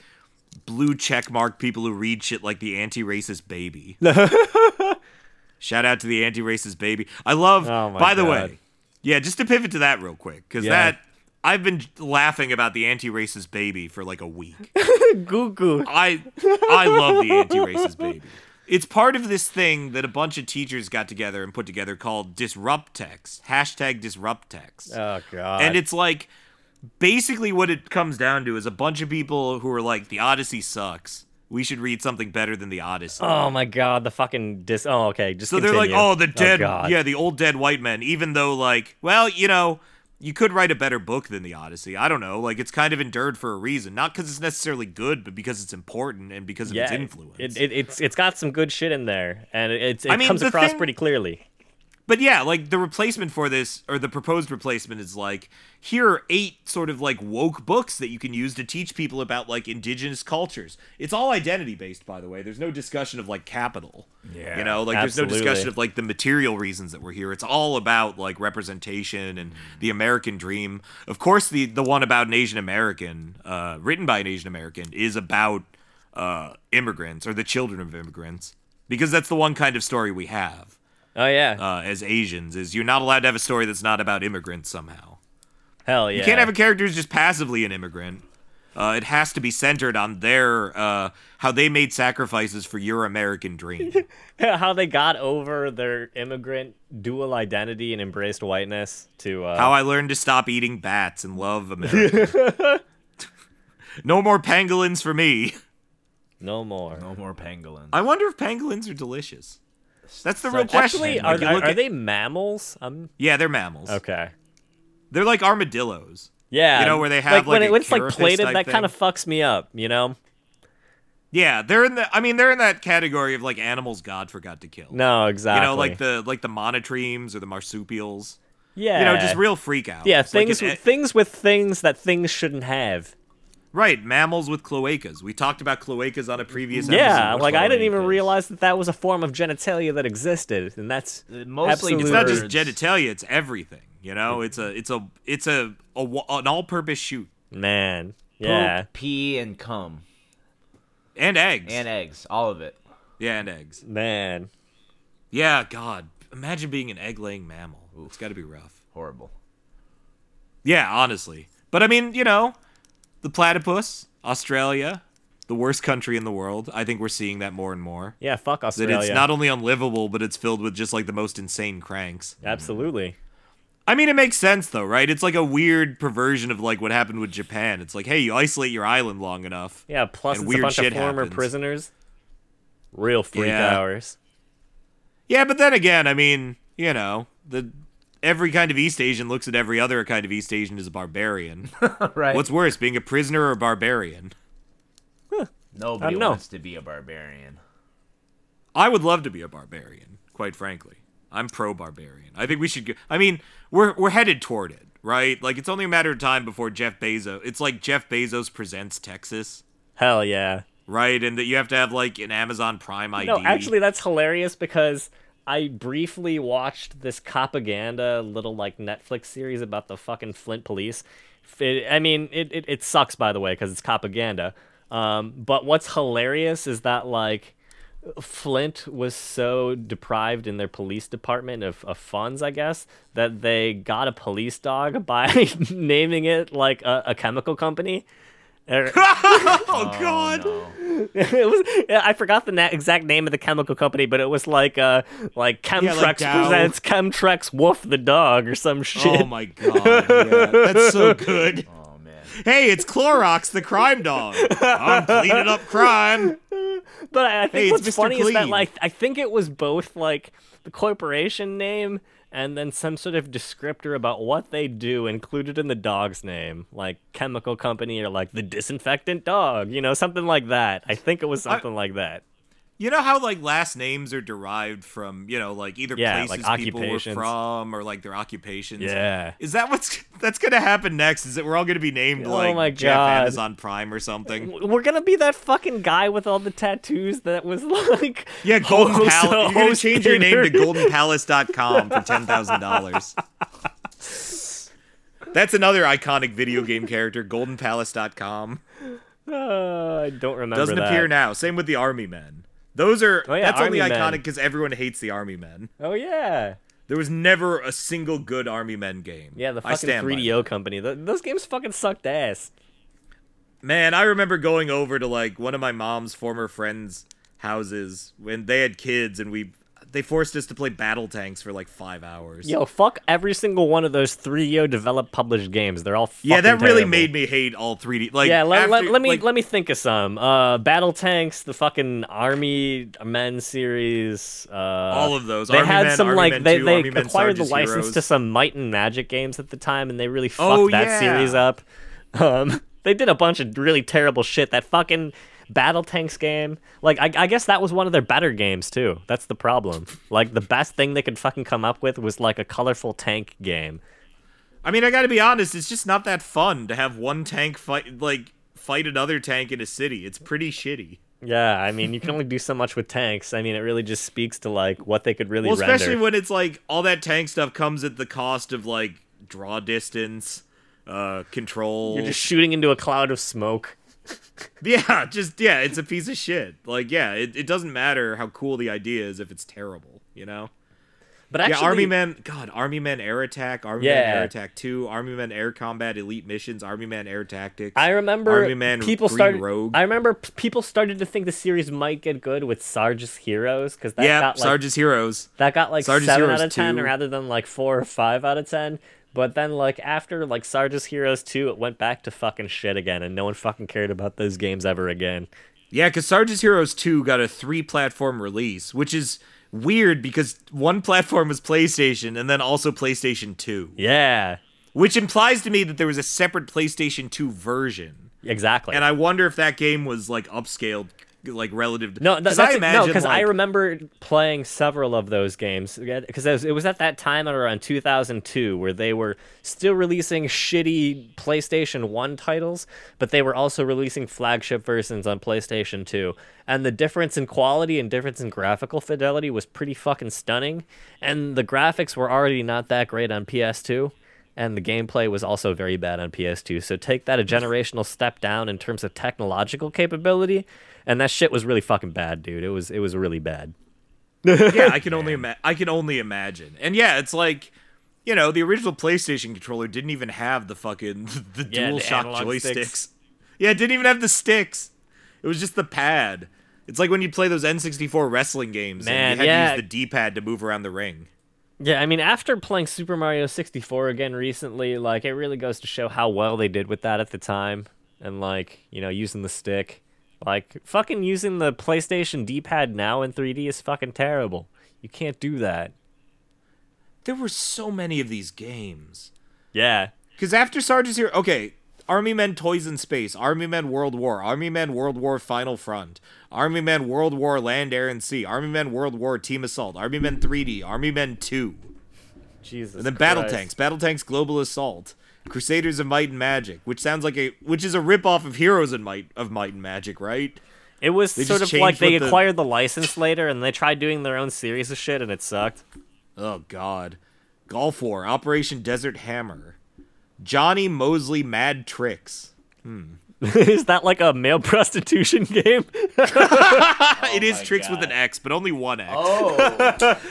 blue check mark people who read shit like the anti-racist baby. [LAUGHS] Shout out to the anti-racist baby. I love Oh my by the God. way. Yeah, just to pivot to that real quick cuz Yeah. that I've been laughing about the anti-racist baby for like a week. goo goo. I I love the anti-racist [LAUGHS] baby. It's part of this thing that a bunch of teachers got together and put together called disrupt text. Hashtag disrupt text. Oh God. And it's like basically what it comes down to is a bunch of people who are like, the Odyssey sucks. We should read something better than the Odyssey. oh my God, the fucking dis. Oh, okay. Just so they're like, continue. oh, the dead, God. yeah, the old dead white men, even though, like, well, you know, you could write a better book than the Odyssey. I don't know. Like, it's kind of endured for a reason. Not because it's necessarily good, but because it's important and because of its Yeah, influence. It, it, it's it's got some good shit in there, and it, it's, it I mean, comes the across thing- pretty clearly. But yeah, like the replacement for this, or the proposed replacement, is like here are eight sort of like woke books that you can use to teach people about like indigenous cultures. It's all identity based, by the way. There's no discussion of like capital. Yeah. You know, like there's no absolutely. discussion of like the material reasons that we're here. It's all about like representation and the American dream. Of course, the the one about an Asian American, uh, written by an Asian American, is about uh, immigrants or the children of immigrants because that's the one kind of story we have Oh yeah, uh, as Asians is you're not allowed to have a story that's not about immigrants somehow. hell yeah. You can't have a character who's just passively an immigrant. Uh, it has to be centered on their uh, how they made sacrifices for your American [LAUGHS] dream. how they got over their immigrant dual identity and embraced whiteness to uh, how I learned to stop eating bats and love America. [LAUGHS] no more pangolins for me. no more. No more pangolins. I wonder if pangolins are delicious. That's the real question. Actually, are, Like, you are, look are at- they mammals? Um, Yeah, they're mammals. okay. They're like armadillos. Yeah, You know, where they have, when, like, it- a when it's like carapace plated, type that kind of thing. fucks me up. You know? Yeah, they're in the. I mean, they're in that category of like animals God forgot to kill. No, exactly. You know, like the like the monotremes or the marsupials. yeah, You know, just real freak out. Eh. yeah things like with an- things with things that things shouldn't have. right, mammals with cloacas. We talked about cloacas on a previous Yeah, episode. like I didn't even Cloacas. realize that that was a form of genitalia that existed, and that's Mostly absolutely It's not just Birds. genitalia, it's everything, you know? It's a it's a it's a, a wa- an all-purpose shoot man. Poop, Yeah, pee, and cum. and eggs. And eggs. All of it. yeah, and eggs. man. Yeah, god. Imagine being an egg-laying mammal. It's got to be rough. Horrible. Yeah, honestly. But I mean, you know, the platypus, Australia, the worst country in the world. I think we're seeing that more and more. Yeah, fuck that Australia. it's not only unlivable, but it's filled with just like the most insane cranks. absolutely. I mean, it makes sense though, right? It's like a weird perversion of like what happened with Japan. It's like, hey, you isolate your island long enough. Yeah, plus And it's weird a bunch shit of former happens. prisoners. Real freak Yeah. hours. Yeah, but then again, I mean, you know, the every kind of East Asian looks at every other kind of East Asian as a barbarian. right. What's worse, being a prisoner or a barbarian? Nobody know. wants to be a barbarian. I would love to be a barbarian, quite frankly. I'm pro barbarian. I think we should go. I mean, we're we're headed toward it, right? Like it's only a matter of time before Jeff Bezos. It's like Jeff Bezos presents Texas, Hell yeah. right? And that you have to have like an Amazon Prime ID. No, actually, that's hilarious because I briefly watched this propaganda little like Netflix series about the fucking Flint police. It, I mean, it, it, it sucks by the way because it's propaganda. Um, but what's hilarious is that like Flint was so deprived in their police department of, of funds, I guess, that they got a police dog [LAUGHS] by naming it like a, a chemical company. Er, Or- oh god. [LAUGHS] it was yeah, I forgot the na- exact name of the chemical company, but it was like uh like Chemtrex Dow. presents Chemtrex Wolf the dog or some [LAUGHS] shit. Oh my god. Yeah, that's [LAUGHS] so good. Oh man. Hey, it's Clorox, the crime dog. I'm cleaning up crime. [LAUGHS] but I, I think Hey, it's what's Mr. funny is that Clean. like I think it was both like the corporation name and then some sort of descriptor about what they do included in the dog's name, like chemical company or like the disinfectant dog, you know, something like that. I think it was something like that. You know how like last names are derived from, you know, like either Yeah, places like people were occupations. from or like their occupations. Yeah. Is that what's [LAUGHS] that's gonna happen next? Is that we're all gonna be named Oh like my Jeff God. Amazon Prime or something? We're gonna be that fucking guy with all the tattoos that was [LAUGHS] like Yeah, [LAUGHS] Golden host- Palace. You're gonna host change your name to dinner. goldenpalace.com for ten thousand dollars. That's another iconic video game character, goldenpalace.com. Uh, I don't remember. Doesn't that. Oh, appear now. Same with the army men. Those are yeah, that's only Army iconic Men. because everyone hates the army men. Oh yeah, There was never a single good army men game. yeah. The I fucking stand by 3DO company. Th- those games fucking sucked ass. Man, I remember going over to like one of my mom's former friends' houses when they had kids, and we they forced us to play battle tanks for like five hours. Yo, fuck every single one of those 3DO developed published games. They're all fucking yeah, that really terrible. made me hate all 3D. Like, Yeah, let, let, after- let me like, let me think of some. Uh, Battle Tanks, the fucking Army Men series. Uh, all of those. They Army had Men, some Army like Men they 2, they Army Men acquired the Sarge's license Heroes. to some Might and Magic games at the time, and they really fucked Oh, that yeah. series up. Um, [LAUGHS] they did a bunch of really terrible shit. That fucking Battle Tanks game, like I, I guess that was one of their better games too. That's the problem. Like the best thing they could fucking come up with was like a colorful tank game. I mean, I got to be honest. It's just not that fun to have one tank fight like fight another tank in a city. It's pretty shitty. Yeah, I mean you can only do so much with tanks. I mean it really just speaks to like what they could really Well, render. especially when it's like all that tank stuff comes at the cost of like draw distance, uh, control. You're just shooting into a cloud of smoke. Yeah, just yeah, it's a piece of shit. Like, yeah, it, it doesn't matter how cool the idea is if it's terrible, you know? But actually, yeah, Army Men God, Army Men Air Attack, Army Men Yeah. Air Attack 2, Army Men Air Combat Elite Missions, Army Men Air Tactics. I remember Army Man, people Green started. Rogue. I remember p- people started to think the series might get good with Sarge's Heroes because that yeah, got like Sarge's Heroes. that got like Sarge's seven Heroes out of ten 2. rather than like four or five out of ten. But then like after like Sarge's Heroes two, it went back to fucking shit again, and no one fucking cared about those games ever again. Yeah, because Sarge's Heroes 2 got a three platform release, which is weird because one platform was PlayStation and then also PlayStation 2, Yeah, which implies to me that there was a separate PlayStation 2 version. exactly. And I wonder if that game was like upscaled, like relative to. No, th- that's I it. no, imagine, because I like- remember playing several of those games because it was, it was at that time at around 2002 where they were still releasing shitty PlayStation One titles, but they were also releasing flagship versions on PlayStation Two, and the difference in quality and difference in graphical fidelity was pretty fucking stunning, and the graphics were already not that great on PS2. And the gameplay was also very bad on PS2. So take that a generational step down in terms of technological capability, and that shit was really fucking bad, dude. It was it was really bad. [LAUGHS] yeah, I can only ima- I can only imagine. And yeah, it's like, you know, the original PlayStation controller didn't even have the fucking [LAUGHS] the Yeah, dual the shock analog joysticks. sticks. Yeah, it didn't even have the sticks. It was just the pad. It's like when you play those N64 wrestling games Man, and you had yeah. to use the D-pad to move around the ring. Yeah, I mean, after playing Super Mario 64 again recently, like it really goes to show how well they did with that at the time, and like you know using the stick, like fucking using the PlayStation D-pad now in 3D is fucking terrible. You can't do that. There were so many of these games. Yeah, Because after Sarge's Hero, okay, Army Men Toys in Space, Army Men World War, Army Men World War Final Front, Army Men World War Land, Air, and Sea, Army Men World War Team Assault, Army Men 3D, Army Men 2. Jesus. And then Battle Tanks, Battle Tanks Global Assault, Crusaders of Might and Magic, which sounds like a which is a ripoff of Heroes and Might of Might and Magic, right? It was They sort just of like changed they what the- acquired the license later and they tried doing their own series of shit and it [LAUGHS] sucked. Oh God, Golf War, Operation Desert Hammer, Johnny Mosley Mad Tricks. Is that like a male [LAUGHS] prostitution game? [LAUGHS] Oh it is tricks with an X, but only one X. Oh, [LAUGHS]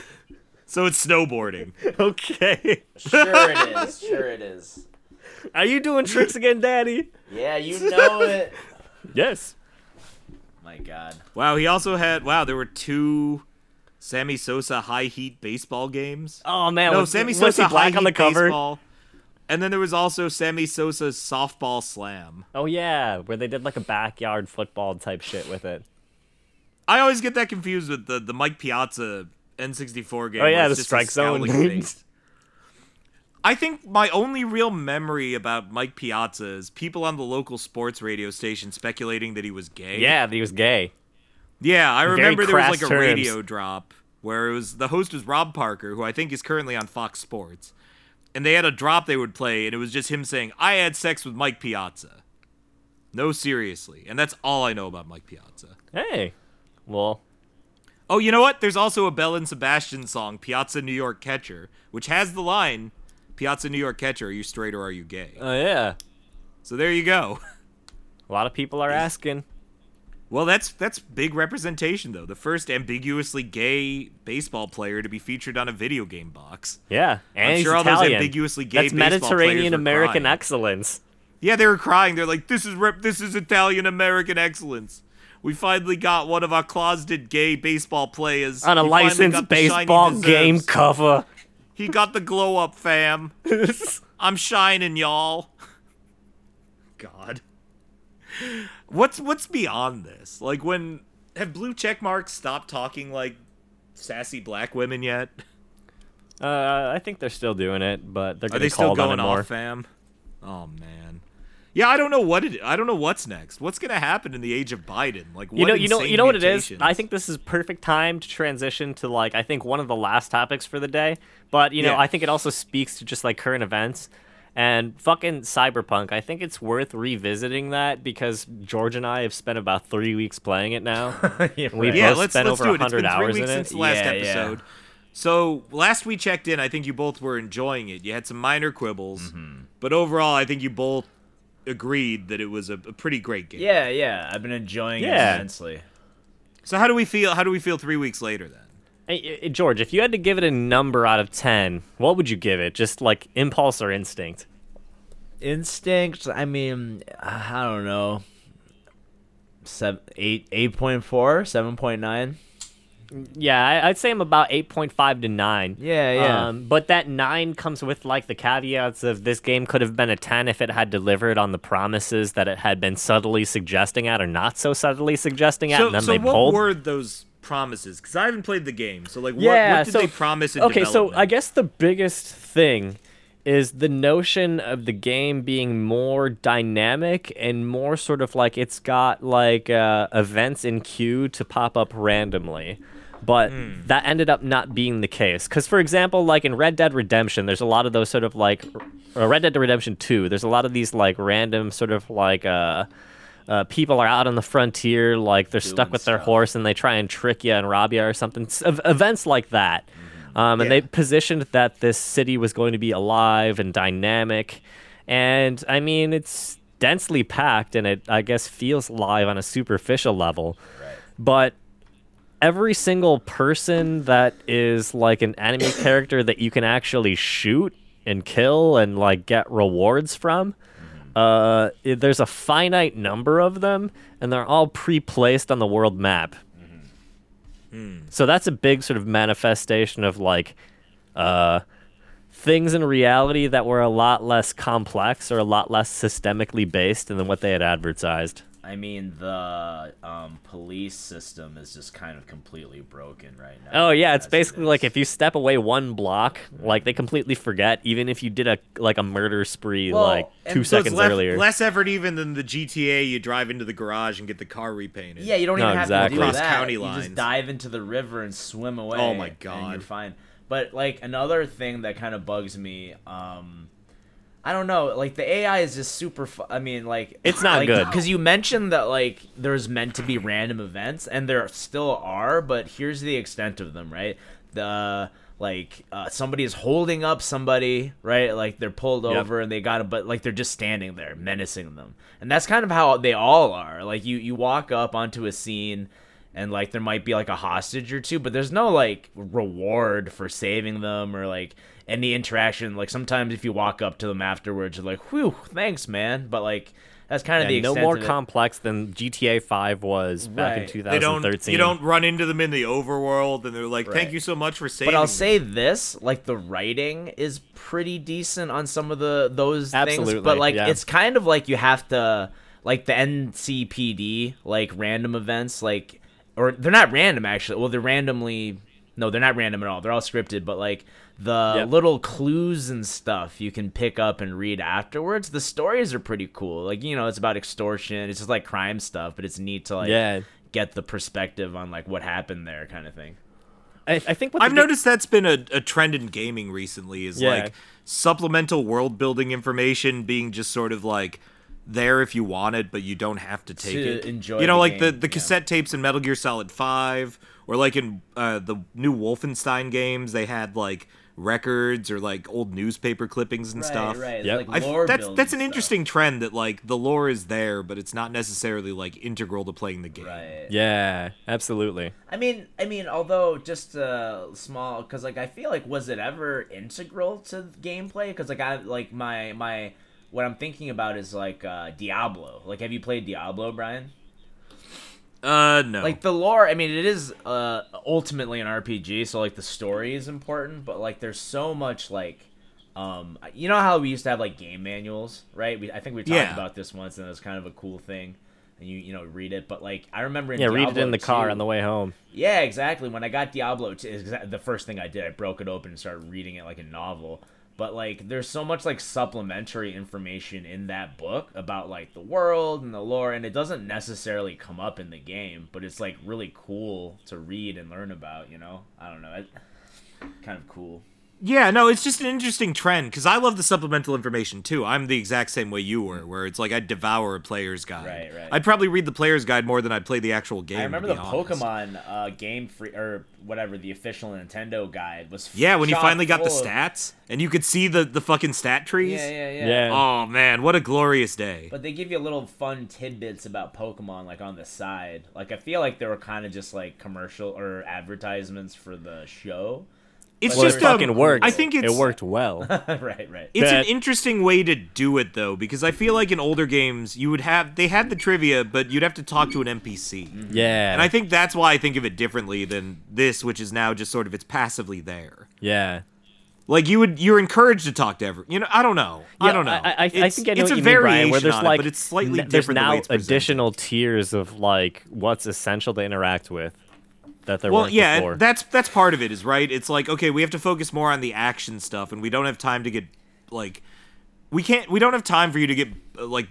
So it's snowboarding. okay. sure [LAUGHS] it is. Sure it is. Are you doing tricks again, Daddy? Yeah, you know it. Yes. My God. Wow, he also had wow, there were two Sammy Sosa high heat baseball games. Oh man, no, was, Sammy was Sosa he black high on the heat cover? baseball. And then there was also Sammy Sosa's softball slam. Oh yeah, where they did like a backyard football type shit with it. I always get that confused with the, the Mike Piazza N64 game. Oh, where yeah, it's the just a strike zone. scowling [LAUGHS] face. I think my only real memory about Mike Piazza is people on the local sports radio station speculating that he was gay. Yeah, he was gay. Yeah, I remember there was crass like a terms. radio drop where it was the host was Rob Parker, who I think is currently on Fox Sports. And they had a drop they would play, and it was just him saying, I had sex with Mike Piazza. No, seriously. And that's all I know about Mike Piazza. Hey. Well, Oh, you know what? There's also a Bell and Sebastian song, Piazza New York Catcher, which has the line, Piazza New York Catcher, are you straight or are you gay? oh yeah. So there you go. [LAUGHS] A lot of people are asking. Well, that's that's big representation though. The first ambiguously gay baseball player to be featured on a video game box. Yeah, and I'm he's sure all those Italian. ambiguously gay That's baseball players Mediterranean were American crying. excellence. Yeah, they were crying. They're like, "This is rep- this is Italian American excellence. We finally got one of our closeted gay baseball players on a He finally licensed got the shine he baseball game deserves. [LAUGHS] cover. He got the glow up, fam. I'm shining, y'all. God. What's what's beyond this? Like when have blue check marks stopped talking like sassy black women yet? Uh, I think they're still doing it, but they're Are gonna they still call going on it off, more. fam? Oh man. Yeah, I don't know what it. I don't know what's next. What's gonna happen in the age of Biden? Like, what you know, you know, insane you know what it is. I mutations? think this is perfect time to transition to like I think one of the last topics for the day. But you know, Yeah. I think it also speaks to just like current events and fucking cyberpunk. I think it's worth revisiting that because George and I have spent about three weeks playing it now. [LAUGHS] We've Yeah, both let's spent let's over do it. It's 100 been three hours weeks in since it. the last Yeah, yeah. episode. So last we checked in, I think you both were enjoying it. You had some minor quibbles, Mm-hmm. but overall, I think you both agreed that it was a, a pretty great game. Yeah, yeah. I've been enjoying Yeah. it immensely. So how do we feel? How do we feel three weeks later then? Hey, hey, hey, George, if you had to give it a number out of 10, what would you give it? Just like impulse or instinct? Instinct. I mean, I don't know. Seven, eight, eight point four, seven point nine. Yeah, I, I'd say I'm about 8.5 to 9. Yeah, yeah. Um, but that 9 comes with like the caveats of this game could have been a 10 if it had delivered on the promises that it had been subtly suggesting at or not so subtly suggesting at, so and then so they what pulled. were those promises? Because I haven't played the game, so like, what, Yeah, what did so- they promise? In okay so development? i guess the biggest thing is the notion of the game being more dynamic and more sort of like it's got like uh, events in queue to pop up randomly but that ended up not being the case because for example like in red dead redemption there's a lot of those sort of like or red dead redemption 2 there's a lot of these like random sort of like uh uh, people are out on the frontier, like they're stuck with their horse and they try and trick you and rob you or something. S- ev- events like that. Um, and they positioned that this city was going to be alive and dynamic. And I mean, it's densely packed and it, I guess, feels live on a superficial level. But every single person that is like an enemy character that you can actually shoot and kill and like get rewards from uh, i- there's a finite number of them, and they're all pre-placed on the world map. So that's a big sort of manifestation of like uh, things in reality that were a lot less complex or a lot less systemically based than what they had advertised. I mean, the um, police system is just kind of completely broken right now. Oh yeah, it's As it basically like is. if you step away one block, like they completely forget, even if you did a like a murder spree Well, like and two so So it's seconds less- earlier. less effort even than the GTA. You drive into the garage and get the car repainted. Yeah, you don't No, even have exactly. to do Cross that. county you lines. just dive into the river and swim away. Oh my and God. you're fine. But like another thing that kind of bugs me, um, I don't know. Like the AI is just super. Fu- I mean, like It's not good. because you mentioned that like there's meant to be random events, and there still are. But here's the extent of them, right? The like uh, somebody is holding up somebody, right? Like they're pulled over and they got it, but like they're just standing there menacing them, and that's kind of how they all are. Like you you walk up onto a scene and like there might be like a hostage or two but there's no like reward for saving them or like any interaction like sometimes if you walk up to them afterwards you're like whew thanks man but like that's kind of Yeah, the no extent more of it. complex than GTA 5 was back in Right. They They don't. 2013. You don't run into them in the overworld, and they're like, "Thank Right. you so much for saving." but I'll me." say this: like the writing is pretty decent on some of the those Absolutely, things, but like yeah. it's kind of like you have to like the NCPD like random events like or they're not random actually. Well, they're randomly no, they're not random at all. They're all scripted, but like the Yep. little clues and stuff you can pick up and read afterwards. The stories are pretty cool. Like you know, it's about extortion. It's just like crime stuff, but it's neat to like Yeah. get the perspective on like what happened there, kind of thing. I, I think what I've the- noticed that's been a, a trend in gaming recently is Yeah. like supplemental world building information being just sort of like there if you want it, but you don't have to take To it. enjoy you know, the like the, game, the yeah. cassette tapes in Metal Gear Solid 5, or like in uh, the new Wolfenstein games, they had like records or like old newspaper clippings and stuff. Right, right. Yep. Like I've- lore that's building that's an stuff. interesting trend that like the lore is there, but it's not necessarily like integral to playing the game. Right. Yeah, absolutely. I mean, I mean, although just uh, small, because like I feel like was it ever integral to the gameplay? Because like I like my my what I'm thinking about is like uh, Diablo. Like, have you played Diablo, Brian? Uh, no. Like the lore. I mean, it is uh, ultimately an RPG, so like the story is important, but like there's so much like. Um, you know how we used to have like game manuals, right? We, I think we talked Yeah. about this once, and it was kind of a cool thing. And you you know read it, but like I remember in Yeah, read it Diablo in the car 2, on the way home. Yeah, exactly. When I got Diablo 2, is exa- the first thing I did, I broke it open and started reading it like a novel. But like, there's so much like supplementary information in that book about like the world and the lore, and it doesn't necessarily come up in the game, but it's like really cool to read and learn about. You know, I don't know, it, kind of cool. Yeah, no, it's just an interesting trend because I love the supplemental information too. I'm the exact same way you were, where it's like I devour a player's guide. Right, right. I'd probably read the player's guide more than I'd play the actual game. I to remember be the honest. Pokemon uh, game free or whatever the official Nintendo guide was. Yeah, when you chock finally got the full of- stats and you could see the the fucking stat trees. Yeah, yeah, yeah. Yeah. Oh man, what a glorious day! But they give you little fun tidbits about Pokemon, like on the side. Like I feel like they were kind of just like commercial or advertisements for the show. [LAUGHS] It's Well, just it it fucking um, worked. I think it's it [LAUGHS] worked well. right, right. It's an that- interesting way to do it though, because I feel like in older games you would have they had the trivia, but you'd have to talk to an NPC. yeah. And I think that's why I think of it differently than this, which is now just sort of it's passively there. yeah. Like you would, you're encouraged to talk to every. You know, I don't know. I Yeah, don't know. I, I, I it's, think I know it's what a you mean, variation Brian, where there's on it, like but it's slightly n- there's different. the now way it's presented. additional tiers of like what's essential to interact with that there Well, weren't yeah, before. that's that's part of it, is right. It's like okay, we have to focus more on the action stuff, and we don't have time to get like we can't. We don't have time for you to get uh, like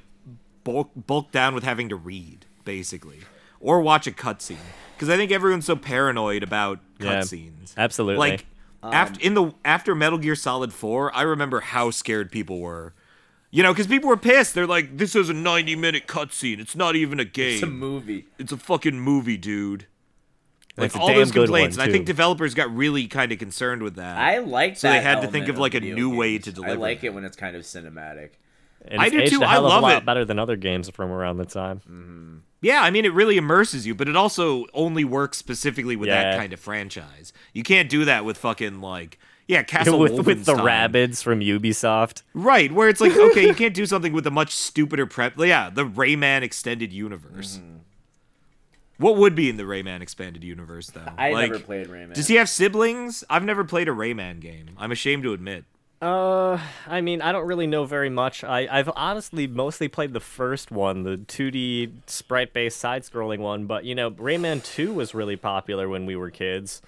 bulk bulked down with having to read basically or watch a cutscene because I think everyone's so paranoid about Yeah, cutscenes. absolutely. Like after in the after Metal Gear Solid 4, I remember how scared people were. You know, because people were pissed. They're like, "This is a 90-minute cutscene. It's not even a game. It's a movie. It's a fucking movie, dude." Like it's a all damn those good one, complaints, and I think too. developers got really kind of concerned with that. I like So that. they had to element think of, like, a video new way games. to I deliver like it. it when it's kind of cinematic. And I it's do aged too, A I hell of love a lot it. better than other games from around the time. yeah, I mean, it really immerses you, but it also only works specifically with that Yeah. kind of franchise. You can't do that with fucking like [LAUGHS] yeah, Castle with with the Wolfenstein. rabbits from Ubisoft. Right, where it's [LAUGHS] like, okay, you can't do something with a much stupider prep. Yeah, the Rayman extended universe. Mm-hmm. What would be in the Rayman expanded universe, though? I Like, never played Rayman. Does he have siblings? I've never played a Rayman game. I'm ashamed to admit. Uh, I mean, I don't really know very much. I, I've honestly mostly played the first one, the 2D sprite based side scrolling one, but you know, Rayman 2 was really popular when we were kids.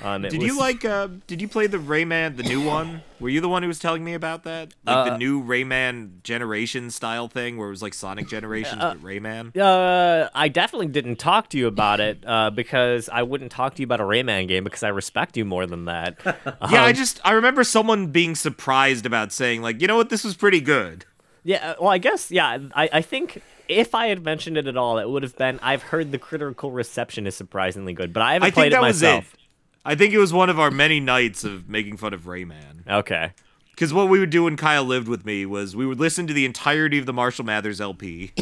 Um, it Did was, you like? Uh, did you play the Rayman, the new one? Were you the one who was telling me about that? Like Uh, the new Rayman generation style thing, where it was like Sonic Generations but Rayman. Uh, I definitely didn't talk to you about it uh, because I wouldn't talk to you about a Rayman game because I respect you more [LAUGHS] than that. Uh, Yeah, Um, I just I remember someone being surprised about saying like, you know what, this was pretty good. Yeah, uh, well, I guess, yeah, I, I think if I had mentioned it at all, it would have been I've heard the critical reception is surprisingly good, but I haven't I think played it that was myself. it. I think it was one of our many nights of making fun of Rayman. Okay. Because what we would do when Kyle lived with me was we would listen to the entirety of the Marshall Mathers LP,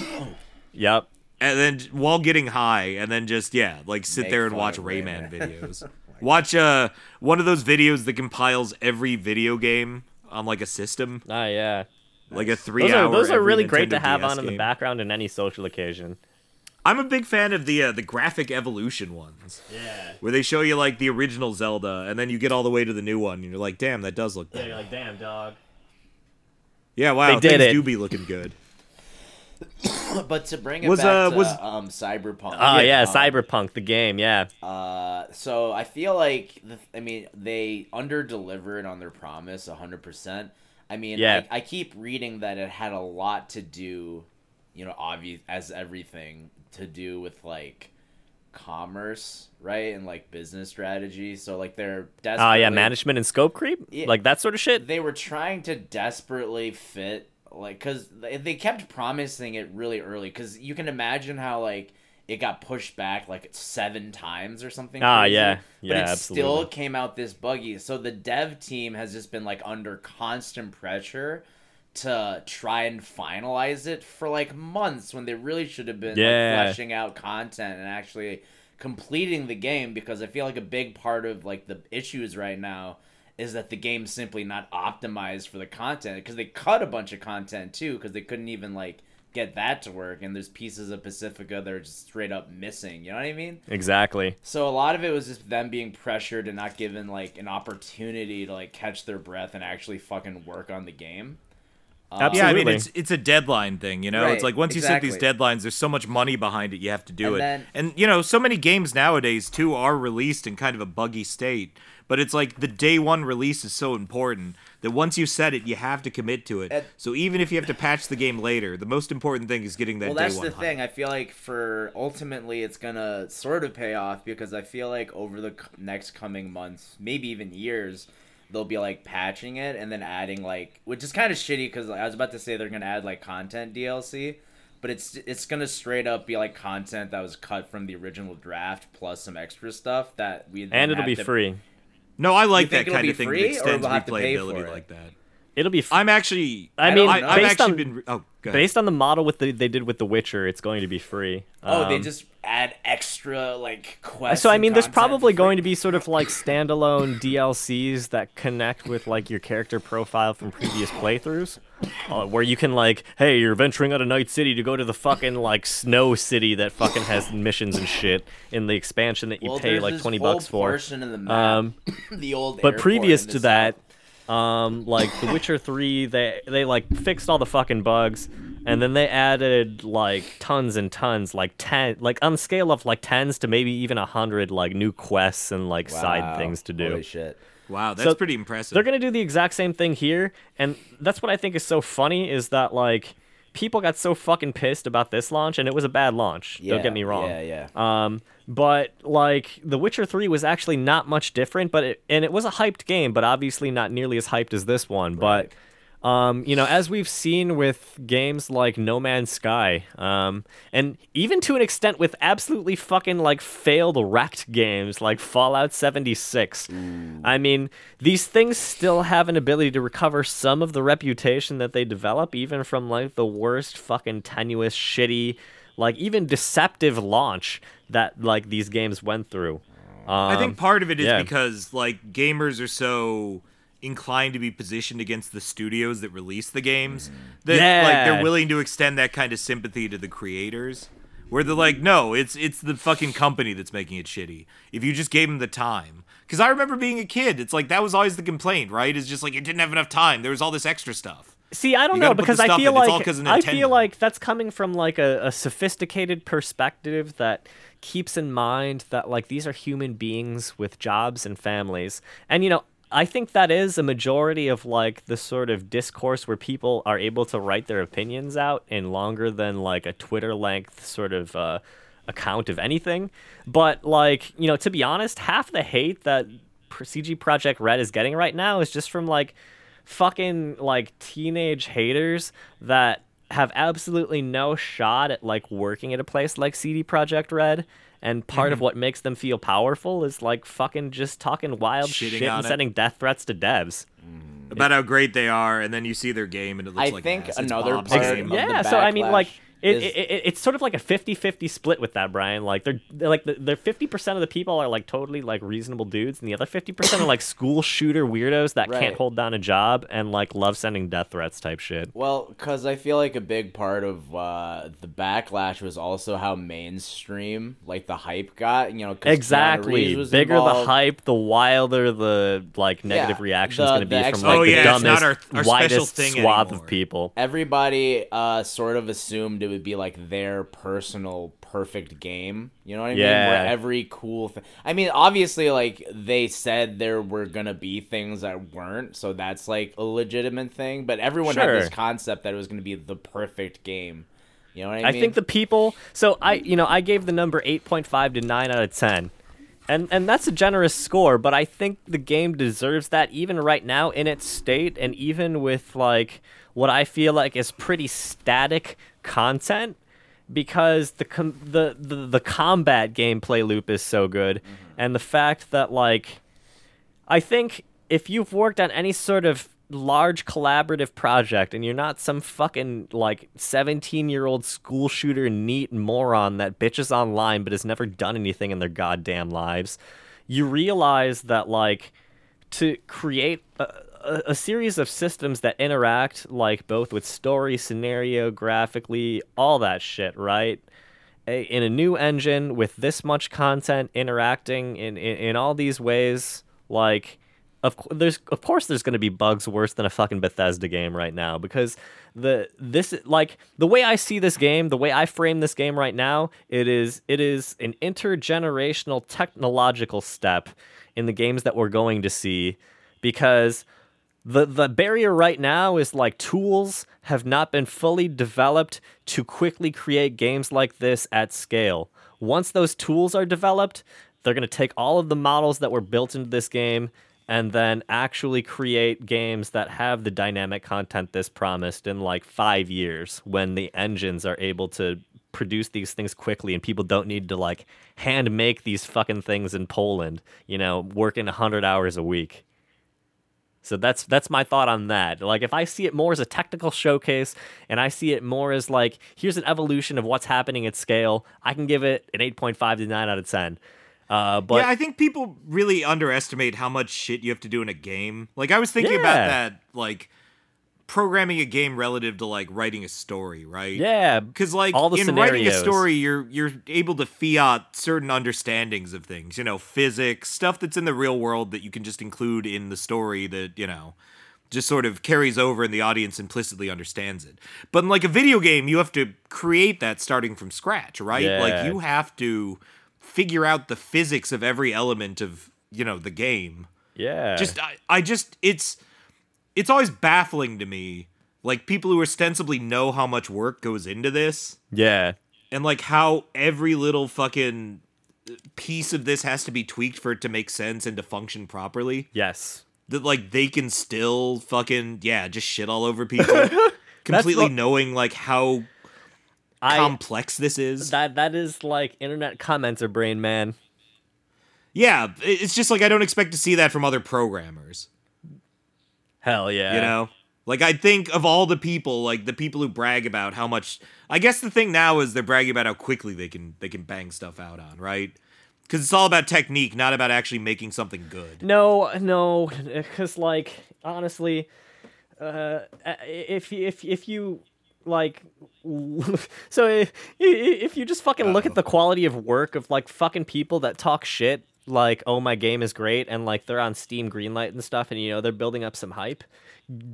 Yep. and then while getting high, and then just yeah, like sit Make there and fun watch of Rayman [LAUGHS] videos. watch uh one of those videos that compiles every video game on like a system, Ah, yeah. like a three Those hour. are, those are every really great to Nintendo have DS on in the game. background in any social occasion. I'm a big fan of the uh, the graphic evolution ones. Yeah. Where they show you like the original Zelda, and then you get all the way to the new one, and you're like, damn, that does look. Better. You're like, damn, dog. Yeah, wow, They did things it. do be looking good. But to bring it Was, back uh, to was- uh, um, Cyberpunk. Oh, yeah, um, Cyberpunk, the game, yeah. Uh, so I feel like the, I mean they under delivered on their promise hundred percent. I mean, Yeah. I, I keep reading that it had a lot to do, you know, obvious as everything to do with like commerce, right, and like business strategy. So like they're Oh, yeah, desperately- management and scope creep? Yeah. Like that sort of shit? they were trying to desperately fit like because they kept promising it really early because you can imagine how like it got pushed back like seven times or something Ah, crazy, yeah. but Yeah, it still absolutely. came out this buggy so the dev team has just been like under constant pressure to try and finalize it for like months when they really should have been Yeah. like, fleshing out content and actually completing the game because I feel like a big part of like the issues right now is that the game's simply not optimized for the content because they cut a bunch of content too because they couldn't even like get that to work and there's pieces of Pacifica that are just straight up missing. You know what I mean? Exactly. So a lot of it was just them being pressured and not given like an opportunity to like catch their breath and actually fucking work on the game. Absolutely. Yeah, I mean it's it's a deadline thing, you know. it's Right, like once you set these exactly. deadlines, there's so much money behind it, you have to do And it. then- and you know, so many games nowadays too are released in kind of a buggy state. But it's like the day one release is so important that once you set it, you have to commit to it. And- so even if you have to patch the game later, the most important thing is getting that well day that's one. the hype. thing i feel like for ultimately it's gonna sort of pay off because i feel like over the c- next coming months maybe even years they'll be like patching it and then adding like which is kind of shitty because i was about to say they're gonna add like content dlc but it's it's gonna straight up be like content that was cut from the original draft plus some extra stuff that we then And it'll have be to- free. No, I like You think that it'll kind be of thing free, that or extends we'll have to pay for replayability it? like that. It'll be free. I'm actually. I I don't mean, know. I, have based actually on been. Re- oh, go ahead. based on the model with the, they did with The Witcher, it's going to be free. oh they Um, just add extra like quests So I and mean, there's content for probably free. going to be sort of like standalone [LAUGHS] DLCs that connect with like your character profile from previous playthroughs, uh, where you can like, hey, you're venturing out of Night City to go to the fucking like Snow City that fucking has missions and shit in the expansion that you Well, pay there's like this twenty whole bucks for. portion of the map, Um, [LAUGHS] the old but airport previous and to this that, stuff. um, like The Witcher Three, they they like fixed all the fucking bugs, and then they added like tons and tons, like ten, like on a scale of like tens to maybe even a hundred, like new quests and like side things to do. Holy shit. wow, that's so pretty impressive. They're gonna do the exact same thing here, and that's what I think is so funny is that like people got so fucking pissed about this launch, and it was a bad launch. don't get me wrong. Yeah, yeah. Um, but like The Witcher 3 was actually not much different, but it, and it was a hyped game, but obviously not nearly as hyped as this one. But um, you know, as we've seen with games like No Man's Sky, um, and even to an extent with absolutely fucking like failed wrecked games like Fallout 76. I mean, these things still have an ability to recover some of the reputation that they develop even from like the worst fucking tenuous shitty like even deceptive launch that like these games went through. Um, I think part of it is yeah. because like gamers are so inclined to be positioned against the studios that release the games that like Mm. Yeah. they're willing to extend that kind of sympathy to the creators. where they're like, no, it's it's the fucking company that's making it shitty. If you just gave them the time, because I remember being a kid, it's like that was always the complaint, right? It's just like it didn't have enough time. There was all this extra stuff. See, I don't You know gotta put the because I stuff feel in. It's all like 'cause of I feel Nintendo. like that's coming from like a, a sophisticated perspective that keeps in mind that like these are human beings with jobs and families. And you know, I think that is a majority of like the sort of discourse where people are able to write their opinions out in longer than like a Twitter length sort of uh, account of anything. But like, you know, to be honest, half the hate that CG Project Red is getting right now is just from like fucking like teenage haters that have absolutely no shot at like working at a place like CD Project Red. And part Mm-hmm. of what makes them feel powerful is like fucking just talking wild Shitting shit on and it. sending death threats to devs. About how great they are, and then you see their game, and it looks I like think ass. It's another Bob's part- game. of the yeah, so I mean, like, backlash it, is- it, it, it's sort of like a 50-50 split with that, Brian. Like, they're, they're like the- they're fifty percent of the people are like totally like reasonable dudes, and the other fifty percent [COUGHS] are like school shooter weirdos that Right. can't hold down a job and like love sending death threats type shit. Well, because I feel like a big part of uh, the backlash was also how mainstream, like the hype got. You know, 'cause Keanu Exactly. Reeves was Bigger the involved. hype, the wilder the like negative Yeah, reaction the- is going the to be ex- from like Oh, the yeah, it's dumbest, not our- our special widest thing swath anymore. of people. Everybody uh, sort of assumed it would be like their personal perfect game. You know what I mean? Where Yeah. every cool thing. I mean, obviously, like they said there were gonna be things that weren't, so that's like a legitimate thing. But everyone had this Sure. concept that it was gonna be the perfect game. You know what I, I mean? think the people. So I, you know, I gave the number eight point five to nine out of ten, and and that's a generous score. But I think the game deserves that even right now in its state, and even with like what I feel like is pretty static content, because the com- the, the the combat gameplay loop is so good, Mm-hmm. and the fact that like. I think if you've worked on any sort of large collaborative project and you're not some fucking like 17 year old school shooter neat moron that bitches online but has never done anything in their goddamn lives, you realize that like to create a, a, a series of systems that interact like both with story, scenario, graphically, all that shit, right? a, in a new engine with this much content interacting in, in, in all these ways like of cou- there's of course there's going to be bugs worse than a fucking Bethesda game right now because the this like the way I see this game the way I frame this game right now it is it is an intergenerational technological step in the games that we're going to see because the the barrier right now is like tools have not been fully developed to quickly create games like this at scale. Once those tools are developed, they're going to take all of the models that were built into this game and then actually create games that have the dynamic content this promised in like 5 years when the engines are able to produce these things quickly and people don't need to like hand make these fucking things in Poland, you know, working 100 hours a week. So that's that's my thought on that. Like if I see it more as a technical showcase and I see it more as like here's an evolution of what's happening at scale, I can give it an 8.5 to 9 out of 10. Uh but yeah, I think people really underestimate how much shit you have to do in a game. Like I was thinking Yeah. about that, like programming a game relative to like writing a story, right? yeah, Because like all the in scenarios. writing a story, you're you're able to fiat certain understandings of things, you know, physics, stuff that's in the real world that you can just include in the story that you know just sort of carries over and the audience implicitly understands it. But in like a video game, you have to create that starting from scratch, right? Like Yeah. you have to figure out the physics of every element of you know the game yeah. just I, I just it's it's always baffling to me like people who ostensibly know how much work goes into this yeah. and like how every little fucking piece of this has to be tweaked for it to make sense and to function properly Yes. that like they can still fucking yeah just shit all over [LAUGHS] people completely what- knowing like how I complex this is that that is like internet commenter brain man. yeah it- it's just like i don't expect to see that from other programmers Hell yeah. you know like i think of all the people like the people who brag about how much i guess the thing now is they're bragging about how quickly they can they can bang stuff out on right because it's all about technique not about actually making something good No, no, [LAUGHS] because like honestly, uh, if if if you like [LAUGHS] so i- i- if you just fucking look at the quality of work of like fucking people that talk shit like oh my game is great and like they're on steam greenlight and stuff and you know they're building up some hype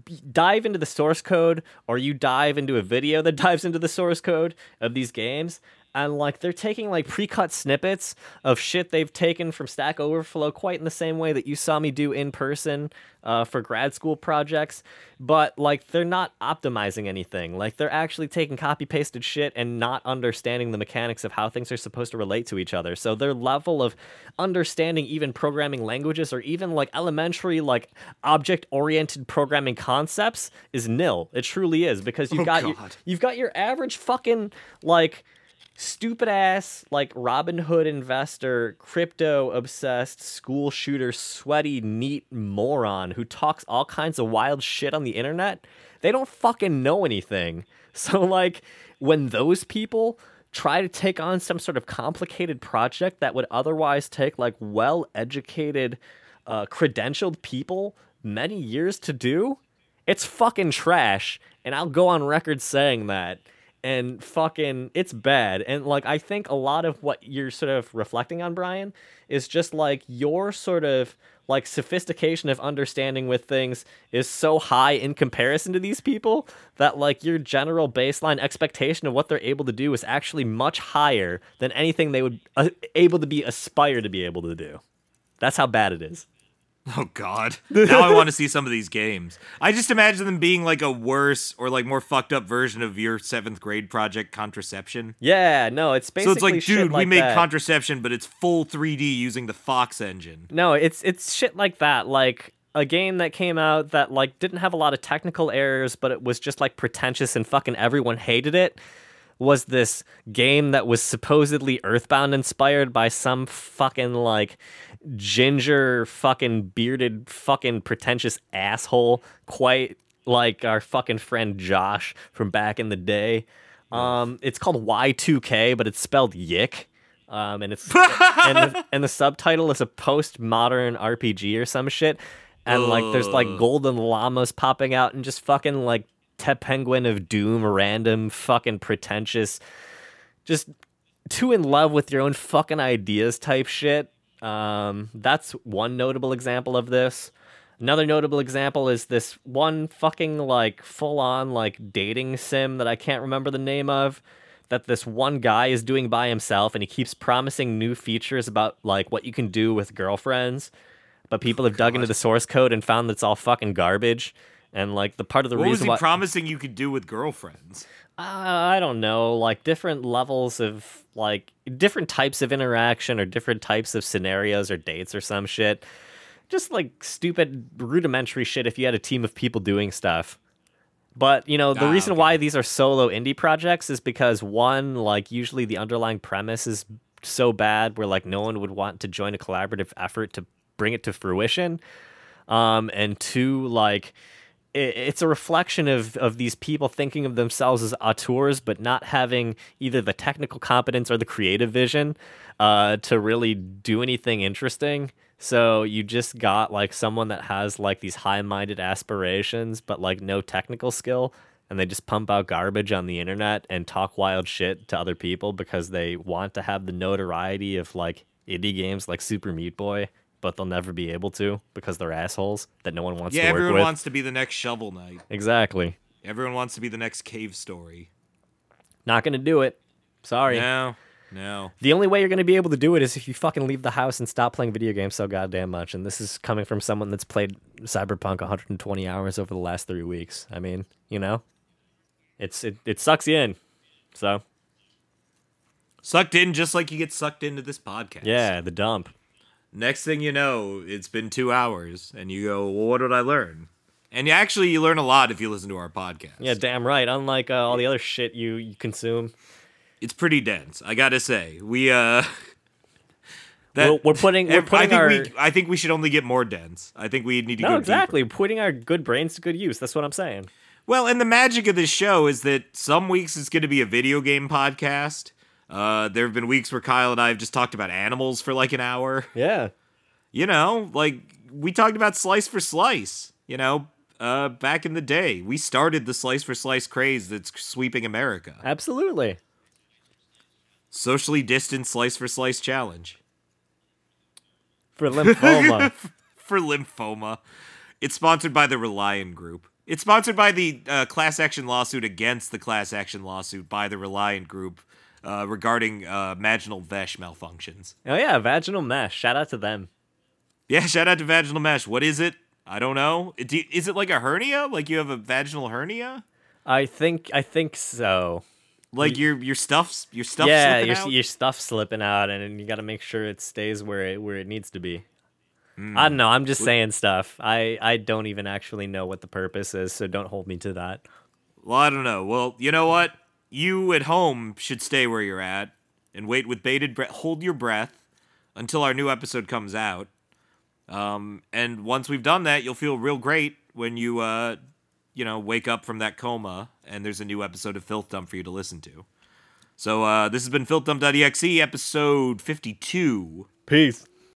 b- dive into the source code or you dive into a video that [LAUGHS] dives into the source code of these games and like they're taking like pre-cut snippets of shit they've taken from stack overflow quite in the same way that you saw me do in person uh, for grad school projects but like they're not optimizing anything like they're actually taking copy pasted shit and not understanding the mechanics of how things are supposed to relate to each other so their level of understanding even programming languages or even like elementary like object oriented programming concepts is nil it truly is because you've got your, God. you've got your average fucking like stupid ass like Robin Hood investor, crypto obsessed school shooter, sweaty neat moron who talks all kinds of wild shit on the internet. They don't fucking know anything. [LAUGHS] So like when those people try to take on some sort of complicated project that would otherwise take like well educated uh, credentialed people many years to do it's fucking trash, and I'll go on record saying that. And fucking, it's bad. And like, I think a lot of what you're sort of reflecting on, Brian, is just like your sort of like sophistication of understanding with things is so high in comparison to these people that like your general baseline expectation of what they're able to do is actually much higher than anything they would uh, able to be aspire to be able to do. That's how bad it is. [LAUGHS] Oh God! [LAUGHS] Now I want to see some of these games. I just imagine them being like a worse or like more fucked up version of your seventh grade project contraception. Yeah, no, it's So basically it's like, shit dude, we like made that. contraception, but it's full 3D using the Fox engine. No, it's it's shit like that. Like a game that came out that like didn't have a lot of technical errors, but it was just like pretentious and fucking everyone hated it. Was this game that was supposedly Earthbound inspired by some fucking like ginger fucking bearded fucking pretentious asshole, quite like our fucking friend Josh from back in the day. Um, it's called Y2K, but it's spelled Yik. Um, and it's and, the, and the subtitle is a postmodern RPG or some shit. And like, there's like Ugh. golden llamas popping out and just fucking like Te Penguin of Doom, random fucking pretentious, just too in love with your own fucking ideas type shit. Um, that's one notable example of this. Another notable example is this one fucking like full on like dating sim that I can't remember the name of that this one guy is doing by himself and he keeps promising new features about like what you can do with girlfriends. But people Oh, have dug into the source code and found that it's all fucking garbage. And like the part of the What was reason he why promising you could do with girlfriends? uh, I don't know, like different levels of like different types of interaction or different types of scenarios or dates or some shit. Just like stupid rudimentary shit if you had a team of people doing stuff. But, you know, the Ah, reason okay. why these are solo indie projects is because one, like usually the underlying premise is so bad where like no one would want to join a collaborative effort to bring it to fruition um, and two, like i it's a reflection of of these people thinking of themselves as auteurs, but not having either the technical competence or the creative vision uh, to really do anything interesting. So you just got like someone that has like these high minded aspirations, but like no technical skill. And they just pump out garbage on the internet and talk wild shit to other people because they want to have the notoriety of like indie games like Super Meat Boy but they'll never be able to because they're assholes that no one wants yeah, to work everyone with. wants to be the next Shovel Knight. exactly. Everyone wants to be the next Cave Story. Not gonna do it. Sorry. No, no. The only way you're gonna be able to do it is if you fucking leave the house and stop playing video games so goddamn much. And this is coming from someone that's played Cyberpunk 120 hours over the last three weeks. I mean, you know, it's it, it sucks you in. So Sucked in just like you get sucked into this podcast. yeah, the dump. Next thing you know, it's been two hours, and you go, "Well, what did I learn?" And you actually, you learn a lot if you listen to our podcast. Yeah, damn right. Unlike uh, all the other shit you, you consume, it's pretty dense. I gotta say, we uh, [LAUGHS] We're- we're putting- we're ev- putting I our- think we, I think we should only get more dense. I think we need to no, go exactly. deeper. Putting our good brains to good use. That's what I'm saying. Well, and the magic of this show is that some weeks it's going to be a video game podcast. Uh, there have been weeks where Kyle and I have just talked about animals for like an hour. Yeah. You know, like we talked about slice for slice. You know, uh, back in the day. We started the slice for slice craze that's sweeping America. Absolutely. Socially distanced slice for slice challenge [LAUGHS] For lymphoma. for lymphoma. It's sponsored by the Reliant Group. It's sponsored by the uh, class action lawsuit against the class action lawsuit by the Reliant Group uh, regarding uh, vaginal vesh malfunctions. oh yeah, vaginal mesh. Shout out to them. Yeah, shout out to vaginal mesh. What is it? I don't know. It- do- Is it like a hernia? Like you have a vaginal hernia? I think I think so. Like your your stuffs your stuff yeah, slipping your out? your stuff's slipping out, and, you got to make sure it stays where it where it needs to be. Hmm. I don't know. I'm just saying stuff. I I don't even actually know what the purpose is, so don't hold me to that. Well, I don't know. Well, you know what? You at home should stay where you're at and wait with bated breath. Hold your breath until our new episode comes out. Um, and once we've done that, you'll feel real great when you, uh, you know, wake up from that coma and there's a new episode of Filth Dump for you to listen to. So uh, this has been FilthDump.exe, episode 52. Peace.